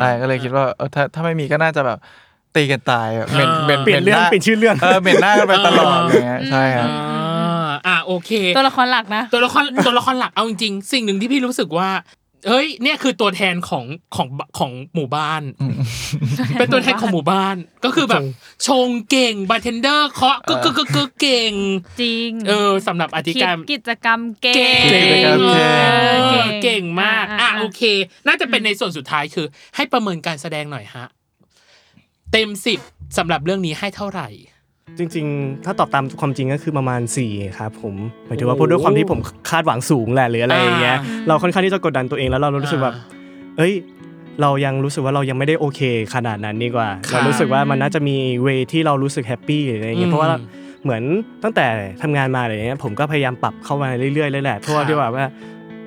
Speaker 4: ได้ก็เลยคิดว่าเออถ้าถ้าไม่มีก็น่าจะแบบตีกันตายอะเหม็น
Speaker 3: อ่า
Speaker 4: เหม็น
Speaker 5: เปลี่ยน
Speaker 4: ห
Speaker 5: เรื่อง
Speaker 4: น้า
Speaker 5: เปลี่ยนชื่อเรื่อง
Speaker 4: เออเหม็นหน้ากันไปตลอดอย่างเงี้ยใช่ครับ
Speaker 3: อ่าอ่าโอเค
Speaker 2: ตัวละครหลักนะ
Speaker 3: ตัวละครตัวละครหลักเอาจริงๆสิ่งหนึ่งที่พี่รู้สึกว่าเฮ้ยเนี่ยคือตัวแทนของของของหมู่บ้าน เป็นตัวแทนของหมู่บ้านก็คือแบบชงเก่งบาร์เทนเดอร์เคาะกึกกึกกึกกึกเก่ง
Speaker 2: จริง
Speaker 3: เออสำหรับอธิ
Speaker 2: คิด
Speaker 3: การ
Speaker 2: กิจกรรมเก่ง
Speaker 3: เก่ง
Speaker 4: กิจกรรมเก่ง
Speaker 3: เออเก่งมาก อ่ะโอ
Speaker 2: อ่ะ
Speaker 3: เค น่าจะเป็นในส่วนสุดท้ายคือ ให้ประเมินการแสดงหน่อยฮะ เต็มสิบสำหรับเรื่องนี้ให้เท่าไหร่
Speaker 5: จริง ๆ ถ้าตอบตามความจริงก็คือประมาณ4ครับผมหมายถึงว่าเพราะด้วยความที่ผมคาดหวังสูงแหละหรืออะไรอย่างเงี้ย
Speaker 3: อ่า
Speaker 5: เราค่อนข้างที่จะกดดันตัวเองแล้วเรารู้สึกแบบ เอ้ยเรายังรู้สึกว่าเรายังไม่ได้โอเคขนาดนั้นดีกว่า
Speaker 3: ครับ
Speaker 5: เรารู้สึกว่ามันน่าจะมีเวที่เรารู้สึกแฮปปี้หรืออะไรอย่างเงี้
Speaker 3: อืม
Speaker 5: ยเพราะว่าเหมือนตั้งแต่ทำงานมาอะไรอย่างเงี้ยผมก็พยายามปรับเข้ามาเรื่อยๆเลยแหละเพราะ
Speaker 3: ค
Speaker 5: ว่า
Speaker 3: รับ
Speaker 5: ที่ว่าว่า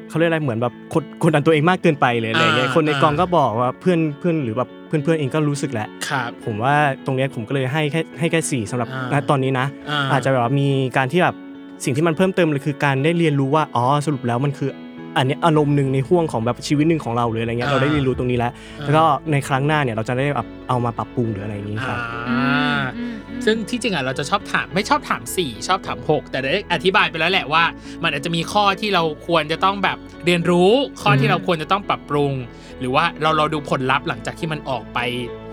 Speaker 5: เขาเรียกอะไรเหมือนแบบกดกดดันตัวเองมากเกินไปเลยอะไรอย่างเงี้ย
Speaker 3: อ่า
Speaker 5: คนในกองก็บอกว่าเพื่อนเพื่อนหรือแบบเพื่อนเพื่อนๆเองก็รู้สึกแหละ
Speaker 3: ครับ
Speaker 5: ผมว่าตรงเนี้ยผมก็เลยให้แค่ให้แค่สี่สำหรับ
Speaker 3: อ่า
Speaker 5: ณตอนนี้นะ อาจจะแบบว่ามีการที่แบบสิ่งที่มันเพิ่มเติมเลยคือการได้เรียนรู้ว่าอ๋อสรุปแล้วมันคือ อันเนี้ยอารมณ์หนึ่งในห่วงของแบบชีวิตหนึ่งของเราหรืออะไรเงี้ย
Speaker 3: อ่า
Speaker 5: เราได้เรียนรู้ตรงนี้แล้ว แล้วก็ในครั้งหน้าเนี่ยเราจะได้แบบเอามาปรับปรุงหรืออะไรอย่างนี้ค
Speaker 3: อ่า
Speaker 5: รับ
Speaker 3: ซึ่งที่จริงอ่ะเราจะชอบถามไม่ชอบถามสี่ชอบถามหกแต่ได้อธิบายไปแล้วแหละว่า มันอาจจะมีข้อที่เราควรจะต้องแบบเรียนรู้ ข้อที่เราควรจะต้องปรับปรุง หรือว่าเราเราดูผลลัพธ์หลังจากที่มันออกไป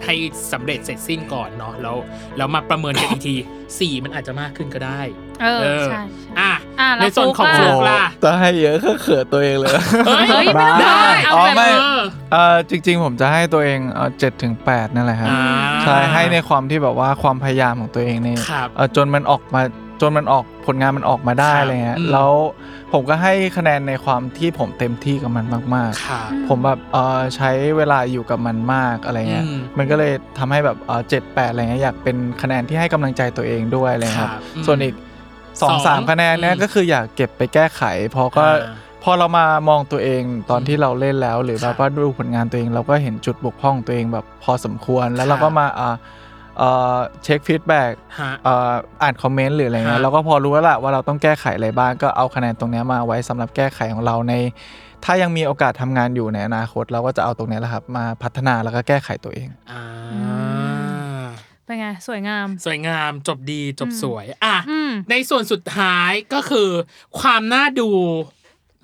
Speaker 3: ให้สำเร็จเสร็จสิ้นก่อนเนาะแล้วแล้วมาประเมินกันอีกทีสี่มันอาจจะมากขึ้นก็ได้
Speaker 2: เออ
Speaker 3: เออ
Speaker 2: ใช่ใช่
Speaker 3: อ่ะ
Speaker 2: อ่ะแล้ว
Speaker 3: ในส่วนของ
Speaker 2: ฟลุ๊
Speaker 3: ฟลุ
Speaker 2: ก
Speaker 3: ก
Speaker 2: ล่ะ
Speaker 3: ล่ะ
Speaker 4: จะให้เยอะก็เขินตัวเองเลย
Speaker 3: เฮ้ย
Speaker 2: เฮ้ยไม่ต้อง
Speaker 4: ได้
Speaker 2: ได้เอา
Speaker 4: อ๋อ
Speaker 2: แบ
Speaker 4: ไม่
Speaker 2: บ
Speaker 3: เออ
Speaker 4: เออจริง ๆ ผมจะให้ตัวเองเออเจ็ดถึงแปดนั่นแหละครับ
Speaker 3: อ่า
Speaker 4: ใช่ให้ในความที่แบบว่าความพยายามของตัวเองใน
Speaker 3: ครับ
Speaker 4: เอ่อจนมันออกมา จนมันออกผลงานมันออกมาได้
Speaker 3: ครับ
Speaker 4: อะไรเงี้ย
Speaker 3: อืม
Speaker 4: แล้วผมก็ให้คะแนนในความที่ผมเต็มที่กับมันมาก
Speaker 3: ค่ะ
Speaker 4: ๆ ผมแบบเออใช้เวลาอยู่กับมันมากอะไรเงี้ย
Speaker 3: อืม
Speaker 4: มันก็เลยทำให้แบบเออเจ็ดแปดอะไรเงี้ยอยากเป็นคะแนนที่ให้กำลังใจตัวเองด้วยอะไร
Speaker 3: ค
Speaker 4: ค
Speaker 3: รั
Speaker 4: รับ
Speaker 3: บ
Speaker 4: ส่วนอีกสอง
Speaker 3: สอง
Speaker 4: สามคะแนนเนี่ย
Speaker 3: อืม
Speaker 4: ก็คืออยากเก็บไปแก้ไขเพอก็
Speaker 3: อ่า
Speaker 4: พอเรามามองตัวเองตอนที่เราเล่นแล้ว หรือ
Speaker 3: ครั
Speaker 4: แบบ บว่าดูผลงานตัวเอง เราก็เห็นจุดบกพร่องตัวเองแบบพอสมควร แล้วเราก็
Speaker 3: ครับ
Speaker 4: มาอ่าเอ่อเช็คฟีดแบ็ก
Speaker 3: ฮะ
Speaker 4: เอ่ออ่านคอมเมนต์หรืออะไรเงี้
Speaker 3: ฮะ
Speaker 4: ยเราก็พอรู้แล้วล่ะว่าเราต้องแก้ไขอะไรบ้างก็เอาคะแนนตรงเนี้ยมาไว้สำหรับแก้ไขของเราใน ถ้ายังมีโอกาสทำงานอยู่ในอนาคต เราก็จะเอาตรงเนี้ยแหละครับมาพัฒนาแล้วก็แก้ไขตัวเอง
Speaker 3: ่า
Speaker 2: ม เป็นไง สวยงาม
Speaker 3: สวยงามจบดีจบ
Speaker 2: อืม
Speaker 3: สวย อ่ะ
Speaker 2: อืม
Speaker 3: ในส่วนสุดท้ายก็คือ ความน่าดู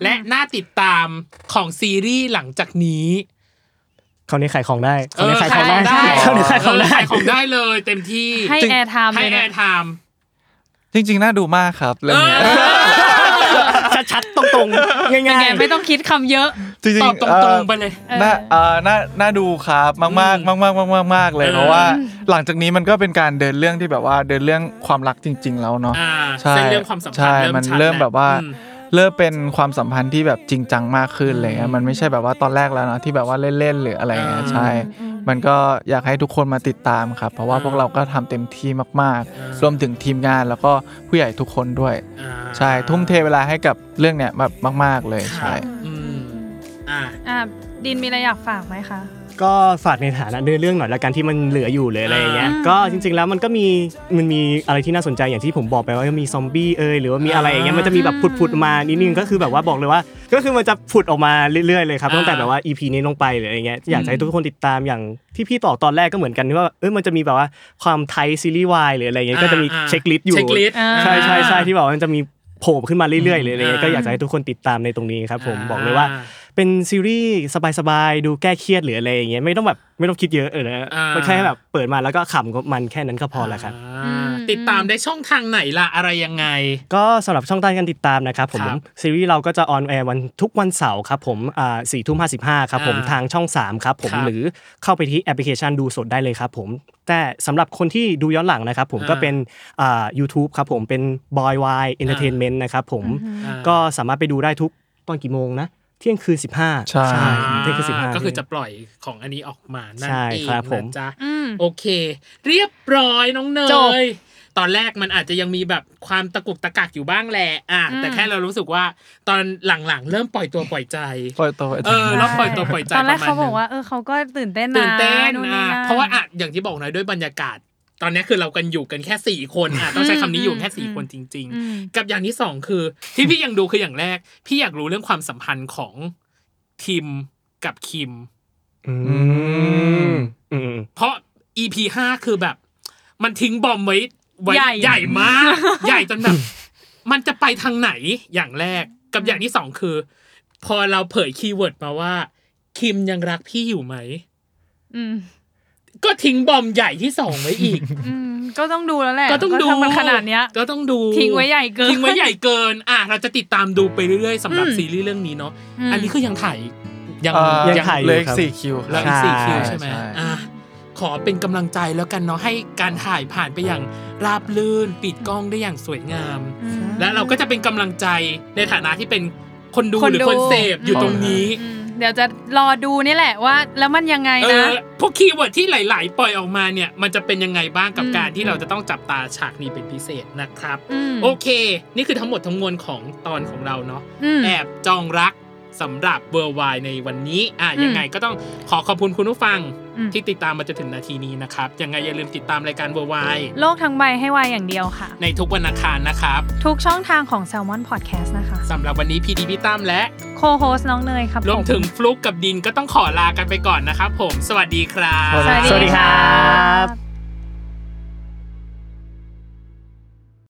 Speaker 3: และน่าติดตามของซีรีส์หลังจากนี้
Speaker 5: เขาวนี้ขายของได้เขาวนี้ขายของ
Speaker 3: เ
Speaker 5: ได้
Speaker 3: ข
Speaker 5: เขาวนี้
Speaker 3: า
Speaker 5: ขาย
Speaker 3: ย
Speaker 5: ข
Speaker 3: ขอ
Speaker 5: อง
Speaker 3: งได้
Speaker 5: ได้
Speaker 3: ขายของได้เลย เต็มที่
Speaker 2: ให้
Speaker 4: จริง
Speaker 2: แอร์ไทม์
Speaker 3: ให้
Speaker 2: เลยนะ
Speaker 3: แอร์ไทม์
Speaker 4: จริง ๆ น่าดูมากครับเรื่องเนี้ย
Speaker 5: ชัดๆ ตรงๆ
Speaker 2: เป็น
Speaker 5: ง่าย
Speaker 2: ไง ไม่ต้องคิดคำเยอะ
Speaker 4: จริง
Speaker 3: ตอบ
Speaker 4: ๆ
Speaker 3: ต
Speaker 4: เอ่
Speaker 3: รง
Speaker 4: อ
Speaker 3: ๆไปเลย
Speaker 4: น่าเอ่อน่าน่าดูครับมากมาก
Speaker 3: อื
Speaker 4: มาก
Speaker 3: ม
Speaker 4: มากมากมากมากเลย
Speaker 3: เออ
Speaker 4: เพราะว่าหลังจากนี้มันก็เป็นการเดินเรื่องที่แบบว่าเดินเรื่องความรักจริง ๆ แล้วเนาะ
Speaker 3: อ่า
Speaker 4: ใช่
Speaker 3: เส้นเรื่องความสัมพัน
Speaker 4: ใช่
Speaker 3: ธ์
Speaker 4: มัน
Speaker 3: ชัด
Speaker 4: เริ่ม
Speaker 3: ล้ว
Speaker 4: แบบว่า
Speaker 3: อืม
Speaker 4: เริ่มเป็นความสัมพันธ์ที่แบบจริงจังมากขึ้นอะไรเลยมันไม่ใช่แบบว่าตอนแรกแล้วนะที่แบบว่าเล่นๆหรืออะไรเงี้ย
Speaker 3: อ่า
Speaker 4: ใช่ มันก็อยากให้ทุกคนมาติดตามครับ เพราะว่าพวกเราก็ทำเต็มที่มากๆ รวมถึงทีมงานแล้วก็ผู้ใหญ่ทุกคนด้วย
Speaker 3: อ่า
Speaker 4: ใช่ทุ่มเทเวลาให้กับเรื่องเนี้ยแบบมาก ๆเลย
Speaker 3: ครั
Speaker 4: ใช่
Speaker 3: บอืมอ่า
Speaker 2: อ่ะ ดินมีอะไรอยากฝากไหมคะ
Speaker 5: ๆ ก็ฝากในฐานะเนื้อเรื่องหน่อยละกันที่มันเหลืออยู่เลยอะไรอย่างเงี้ย
Speaker 2: อ่า
Speaker 5: ก็จริงๆ แล้วมันก็มีมันมีอะไรที่น่าสนใจอย่างที่ผมบอกไปว่ามีซอมบี้เอยหรือว่ามีอะไรอย่างเงี้ยมันจะมีแบบผุดๆมานิดนึงก็คือแบบว่าบอกเลยว่า ก็คือมันจะผุดออกมาเรื่อยๆเลยครับตั้งแต่แบบว่า EP นี้ลงไปหรืออะไรเงี้ยอยากจะให้ทุกคนติดตามอย่างที่พี่ต่อตอนแรกก็เหมือนกันที่ว่าเออมันจะมีแบบว่าความไทยซีรีส์วายหรืออะไรเงี้ยก็จะมี
Speaker 3: อ่า
Speaker 5: เช็คลิสต์อยู่
Speaker 3: เช็คลิสต์
Speaker 5: ใช่ใช่ใช่ที่บอกว่ามันจะมีโผล่ขึ้นมาเรื่อยๆเลยอะไรเงี้ย
Speaker 3: อ่า
Speaker 5: ก็อยากจะให้ทุกคนติดตามในตรงนี้ครับผมบอกเลยว่า เป็นซีรีส์สบายๆ ดูแก้เครียดหรืออะไรอย่างเงี้ยไม่ต้องแบบไม่ต้องคิดเยอะเออนะ
Speaker 3: อ่ามั
Speaker 5: มันแค่แบบเปิดมาแล้วก็ขำกับมันแค่นั้นก็พอแล้วครับ
Speaker 3: อ่าติดตามได้ช่องทางไหนล่ะ อะไรยังไง
Speaker 5: ก็สำหรับช่องทางการติดตามนะครับผม
Speaker 3: ครับ
Speaker 5: ซีรีส์เราก็จะออนแอร์วันทุกวันเสาร์ครับผมอ่าสี่ทุ่มห้าสิบห้าครับผม
Speaker 3: อ่า
Speaker 5: ทางช่อง 3 ครับผม
Speaker 3: ครับ
Speaker 5: หรือเข้าไปที่แอปพลิเคชันดูสดได้เลยครับผม แต่สำหรับคนที่ดูย้อนหลังนะครับผม
Speaker 3: อ่า
Speaker 5: ก็เป็นอ่า YouTube ครับผมเป็น Boy Y Entertainment นะครับผม
Speaker 3: อ่า
Speaker 5: ก็สามารถไปดูได้ทุกตอนกี่โมงนะ เที่ยงคืนสิบห้า
Speaker 4: ใช่
Speaker 5: เที่ยงคืนสิบห้า
Speaker 3: ก็คือจะปล่อยของอันนี้ออกมานั่น
Speaker 5: ใช่
Speaker 3: เอง
Speaker 5: ครับผม
Speaker 3: นะจ๊ะ
Speaker 2: อืม
Speaker 3: โอเค เรียบร้อยน้องเน
Speaker 2: จบ
Speaker 3: ยตอนแรกมันอาจจะยังมีแบบความตะกุกตะกักอยู่บ้างแหละอ่ะ
Speaker 2: อืม
Speaker 3: แต่แค่เรารู้สึกว่าตอนหลังๆ เริ่มปล่อยตัวปล่อยใจ
Speaker 4: ปล่อยตัว
Speaker 3: เออแล้วปล่อยตัวปล่อยใจ
Speaker 2: ตอนแรก
Speaker 3: ประมณ
Speaker 2: เขาบอก
Speaker 3: หง
Speaker 2: ว่า เออเขาก็ตื่นเต้นนะ
Speaker 3: ตื่นเต้น
Speaker 2: นู่
Speaker 3: อ่ะ
Speaker 2: นั่น
Speaker 3: เพราะว่าอ่ะอย่างที่บอกนะด้วยบรรยากาศ ตอนนี้คือเรากันอยู่กันแค่สี่คนอ่ะต้องใช้คำนี้อยู่แค่สี่
Speaker 2: อืม
Speaker 3: คนจริง
Speaker 2: อืม
Speaker 3: ๆ กับอย่างที่สองคือ ที่พี่ยังดูคืออย่างแรก พี่อยากรู้เรื่องความสัมพันธ์ของทิมกับคิม
Speaker 5: อืมอืม
Speaker 3: เพราะ EP ห้าคือแบบ มันทิ้งบอมไว้ไว้
Speaker 2: ใหญ่
Speaker 3: ใหญ่ มาก ใหญ่จนแบบ มันจะไปทางไหนอย่างแรกกับอย่างที่สองคือ พอเราเผยคีย์เวิร์ดมาว่า คิมยังรักพี่อยู่ไหม
Speaker 2: อืม
Speaker 3: ก็ทิ้งบอมใหญ่ที่สองไว้อีก
Speaker 2: อืมก็ต้องดู แล้วแหละ
Speaker 3: ก็ต้องดู
Speaker 2: ทำมันขนาดเนี้ย
Speaker 3: ก็ต้องดู
Speaker 2: ทิ้งไว้ใหญ่เกิน
Speaker 3: ทิ้งไว้ใหญ่เกิน อ่ะเราจะติดตามดูไปเรื่อยๆสำหรับ
Speaker 2: อืม
Speaker 3: ซีรีส์เรื่องนี้เนาะ
Speaker 2: ม
Speaker 3: อันนี้คือยังถ่ายยัง
Speaker 4: เอ่อ
Speaker 5: ยังถ่ายอยู่
Speaker 4: เหลข
Speaker 5: ครับ
Speaker 4: สี่คิวค
Speaker 3: แล้
Speaker 4: รั
Speaker 3: ว
Speaker 4: บ
Speaker 3: อีกสี่
Speaker 5: ใช่
Speaker 3: คิวใช่ไหม
Speaker 4: ใช่
Speaker 3: อ่ะขอเป็นกำลังใจแล้วกันเนาะให้การถ่ายผ่านไปอย่างราบรื่น ปิดกล้องได้อย่างสวยงาม
Speaker 2: อืม
Speaker 3: และเราก็จะเป็นกำลังใจในฐานะที่เป็นคนดู
Speaker 2: คน
Speaker 3: หรือ
Speaker 2: ดู
Speaker 3: คนเสพอยู่ตรงนี้
Speaker 2: อืมเดี๋ยวจะรอดูนี่แหละว่า แล้วมันยังไง
Speaker 3: เอ
Speaker 2: นะ
Speaker 3: อพวกคีย์เวิร์ดที่หลาย ๆ ปล่อยออกมาเนี่ย มันจะเป็นยังไงบ้างกับ
Speaker 2: อืม
Speaker 3: การที่เราจะต้องจับตาฉากนี้เป็นพิเศษนะครับ
Speaker 2: ม
Speaker 3: โอเค นี่คือทั้งหมดทั้งมวลของตอนของเราเนาะ
Speaker 2: อืม
Speaker 3: แอบจองรักสำหรับเวอร์ไวในวันนี้ อ่ะ
Speaker 2: อืม
Speaker 3: ยังไงก็ต้องขอขอบคุณคุณผู้ฟัง
Speaker 2: อืม
Speaker 3: ที่ติดตามมาจนถึงนาทีนี้นะครับ ยังไงอย่าลืมติดตามรายการเวอร์ไว
Speaker 2: โลกทั้งใบให้วายอย่างเดียวค่ะ
Speaker 3: ในทุกวันอังคารนะครับ
Speaker 2: ทุกช่องทางของ Salmon Podcast นะคะ
Speaker 3: สำหรับวันนี้พีดีพี่ตั้มและ
Speaker 2: โคโฮสน้องเนยครับ
Speaker 3: รวม
Speaker 2: ผ
Speaker 3: ถึงฟลุกกับดินก็ต้องขอลากันไปก่อนนะครับผม สวัสดีครับ
Speaker 2: สวัสดี
Speaker 5: สวัสดีครับ